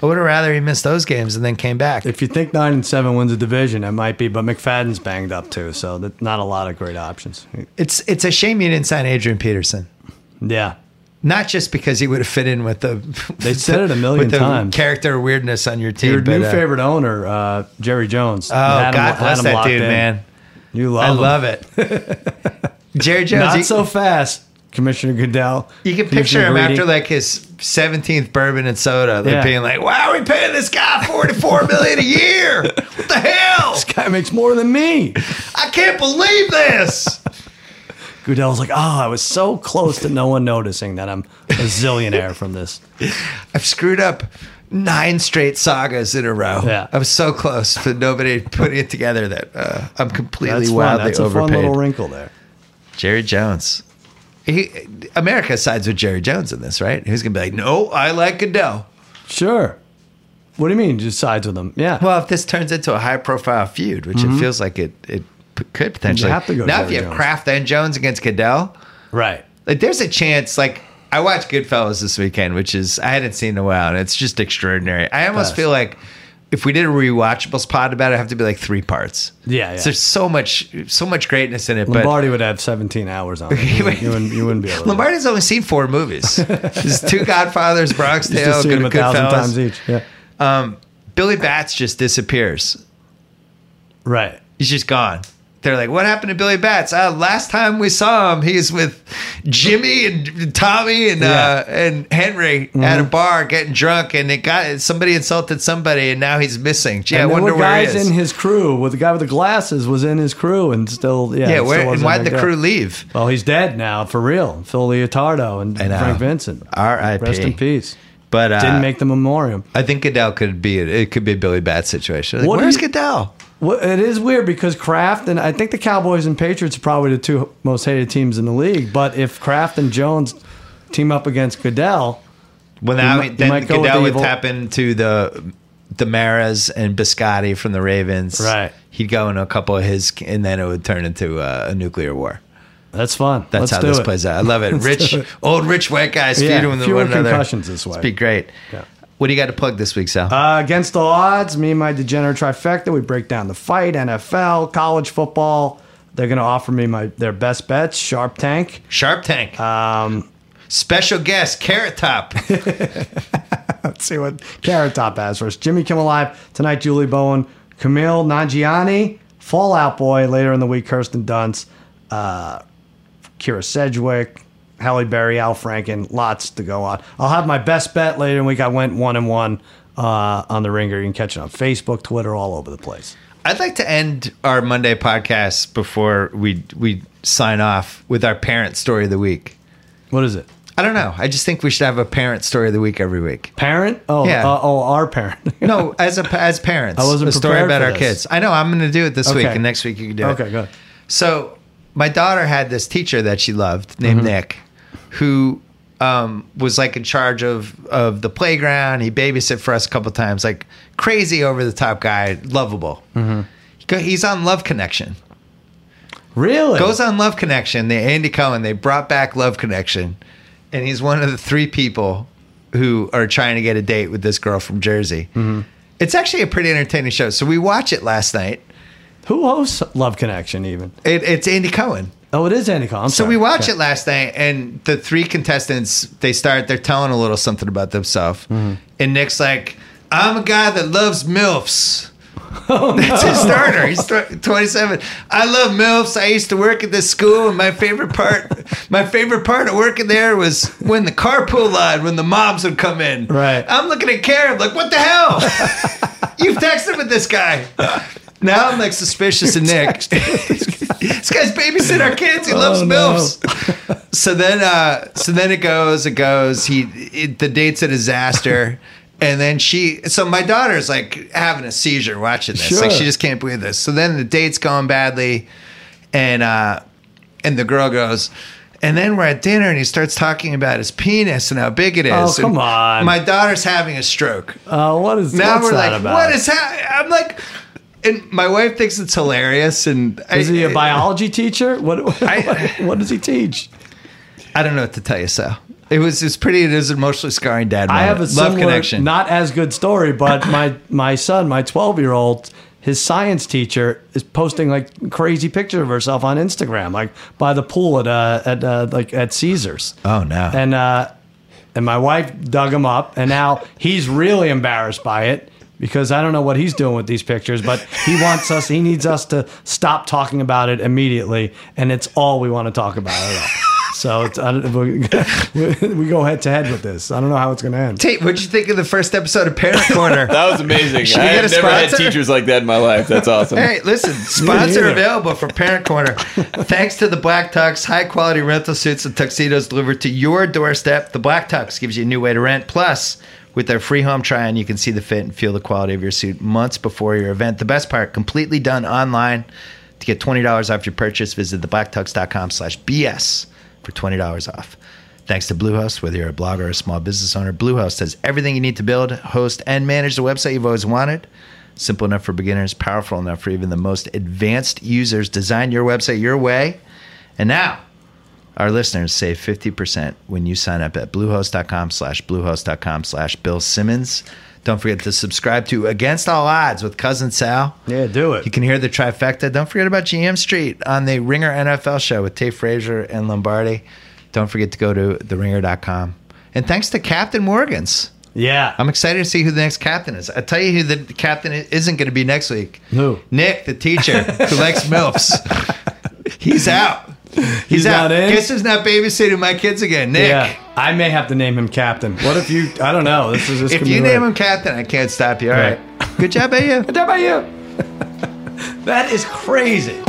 I would have rather he missed those games and then came back. If you think nine and seven wins a division, it might be, but McFadden's banged up too, so that, not a lot of great options. It's it's a shame you didn't sign Adrian Peterson. Yeah, Not just because he would have fit in with the They said it a million with the times. character weirdness on your team. your but, new uh, favorite owner, uh, Jerry Jones. Oh God, bless that dude, man. You love I him. love it. Jerry Jones. Not you, so fast, Commissioner Goodell. you can picture Commissioner him Greedy. after like his seventeenth bourbon and soda, like Yeah. being like, "Why are we paying this guy forty four million a year? What the hell? This guy makes more than me. I can't believe this." Goodell's like, oh, I was so close to no one noticing that I'm a zillionaire from this. I've screwed up nine straight sagas in a row. Yeah. I was so close, but nobody put it together that uh, I'm completely That's fun. wildly That's a overpaid. fun little wrinkle there. Jerry Jones. He, America sides with Jerry Jones in this, right? Who's going to be like, no, I like Goodell. Sure. What do you mean? Just sides with him? Yeah. Well, if this turns into a high profile feud, which it feels like it, it p- could potentially. Mm-hmm. have to go now, if Jerry you have Jones. Kraft and Jones against Goodell, right. like there's a chance, like, I watched Goodfellas this weekend, which is I hadn't seen in a while, and it's just extraordinary. I almost Best. feel like if we did a rewatchables pod about it, it'd have to be like three parts. Yeah, yeah. So there's so much, so much greatness in it. but Lombardi would have 17 hours on it. You, wouldn't- you wouldn't, you wouldn't be able to. Lombardi's only seen four movies. There's two Godfathers, Bronx Just to Tale, see "Oh, Good, him a thousand times Goodfellas. each. Yeah. Billy Bats just disappears. Right. He's just gone. They're like, what happened to Billy Bats? Uh, last time we saw him, he's with Jimmy and Tommy and uh, and Henry at Mm-hmm. a bar getting drunk, and it got somebody insulted somebody, and now he's missing. Gee, I and there wonder were where he guys is. in his crew. With the guy with the glasses was in his crew and still. Yeah. yeah, it still where, and wasn't why'd the big deal. crew leave? Well, he's dead now for real. Phil Leotardo and uh, I know. Frank Vincent. R.I.P.. Rest in peace. But uh, Didn't make the memorial. I think Goodell could be it could be a Billy Bats situation. Like, What do where's you- Goodell? Well, it is weird because Kraft and I think the Cowboys and Patriots are probably the two most hated teams in the league. But if Kraft and Jones team up against Goodell, Well, now might- you then might go with Goodell the would evil- tap into the Damaras and Biscotti from the Ravens. Right. He'd go into a couple of his, and then it would turn into uh, a nuclear war. that's fun. That's Let's how do this it. plays out. I love it. Rich, old rich white guys Yeah, feuding with fewer one another. concussions this way. It'd be great. Yeah. What do you got to plug this week, Sal? Uh, against the odds, me and my degenerate trifecta, we break down the fight, NFL, college football. They're going to offer me my their best bets, Sharp Tank. Sharp Tank. Um, Special guest, Carrot Top. Let's see what Carrot Top has for us. Jimmy Kimmel Live tonight, Julie Bowen, Camille Nangiani, Fallout Boy later in the week, Kirsten Dunst, uh, Kira Sedgwick, Halle Berry, Al Franken. Lots to go on. I'll have my best bet later in the week. I went one and one uh, on the ringer. You can catch it on Facebook, Twitter, all over the place. I'd like to end our Monday podcast before we we sign off with our parent story of the week. What is it? I don't know. I just think we should have a parent story of the week every week. Parent? Oh, Yeah. uh, oh, our parent. No, as a as parents, I wasn't a story prepared about for our this. kids. I know I'm going to do it this week, Okay. and next week you can do it. okay, good. So my daughter had this teacher that she loved named Mm-hmm. Nick, who um, was like in charge of of the playground. He babysit for us a couple times, like crazy over the top guy, lovable. Mm-hmm. Go- He's on Love Connection. Really? Goes on Love Connection. They Andy Cohen. They brought back Love Connection, and he's one of the three people who are trying to get a date with this girl from Jersey. It's actually a pretty entertaining show. So we watch it last night. Who hosts Love Connection even? It, it's Andy Cohen. Oh, it is Andy Cohen. So we watched it last night, and the three contestants they start they're telling a little something about themselves, and Nick's like, "I'm a guy that loves milfs." That's his starter. He's th- 27. I love MILFs. I used to work at this school, and my favorite part, my favorite part of working there was when the carpool line, when the moms would come in. Right. I'm looking at Karen, like, what the hell? You've texted with this guy. Now I'm like suspicious of Nick. this guy's babysitting our kids. He loves Oh, no. MILFs. So then, uh, so then it goes, it goes. He, it, the date's a disaster. And then she, so my daughter's like having a seizure watching this. Like Sure. she just can't believe this. So then the date's going badly, and uh, and the girl goes, and then we're at dinner, and he starts talking about his penis and how big it is. Oh, come And on. My daughter's having a stroke. Uh, what is Now what's we're that like, about? what is happening? I'm like, and my wife thinks it's hilarious. And Is he a I- biology teacher? What what, I- Uh, what does he teach? I don't know what to tell you, so it was it's pretty. It is an emotionally scarring dad. I have a moment. love similar, connection. not as good story, but my my son, my twelve year old, his science teacher is posting like crazy picture of herself on Instagram, like by the pool at uh, at uh, like at Caesars. Oh, no. And uh, and my wife dug him up, and now he's really embarrassed by it. Because I don't know what he's doing with these pictures, but he wants us, he needs us to stop talking about it immediately. And it's all we want to talk about at all. So it's, I don't, we, we go head to head with this. I don't know how it's going to end. Tate, what'd you think of the first episode of Parent Corner? That was amazing. Should we I get have a never had sponsor? teachers like that in my life. That's awesome. Hey, listen, sponsor neither. available for Parent Corner. Thanks to the Black Tux, high quality rental suits and tuxedos delivered to your doorstep. The Black Tux gives you a new way to rent. Plus, with their free home try on, you can see the fit and feel the quality of your suit months before your event. The best part, completely done online. To get $20 off your purchase, visit theblacktux.com slash BS for $20 off. Thanks to Bluehost, whether you're a blogger or a small business owner, Bluehost has everything you need to build, host, and manage the website you've always wanted. Simple enough for beginners, powerful enough for even the most advanced users. Design your website your way. And now, our listeners save 50% when you sign up at bluehost.com slash bluehost.com slash Bill Simmons. Don't forget to subscribe to Against All Odds with Cousin Sal. Yeah, do it. You can hear the trifecta. Don't forget about GM Street on the Ringer NFL show with Tay Frazier and Lombardi. Don't forget to go to theringer.com. And thanks to Captain Morgans. Yeah. I'm excited to see who the next captain is. I tell you who the captain i- isn't going to be next week. Who? Nick, the teacher who likes milfs. He's out. He's, He's out. not in? Guess who's not babysitting my kids again? Nick. yeah. I may have to name him captain. What if you? I don't know. This is this If could you be name weird. him captain, I can't stop you. All Right. right. Good job, by you. How about you? that is crazy.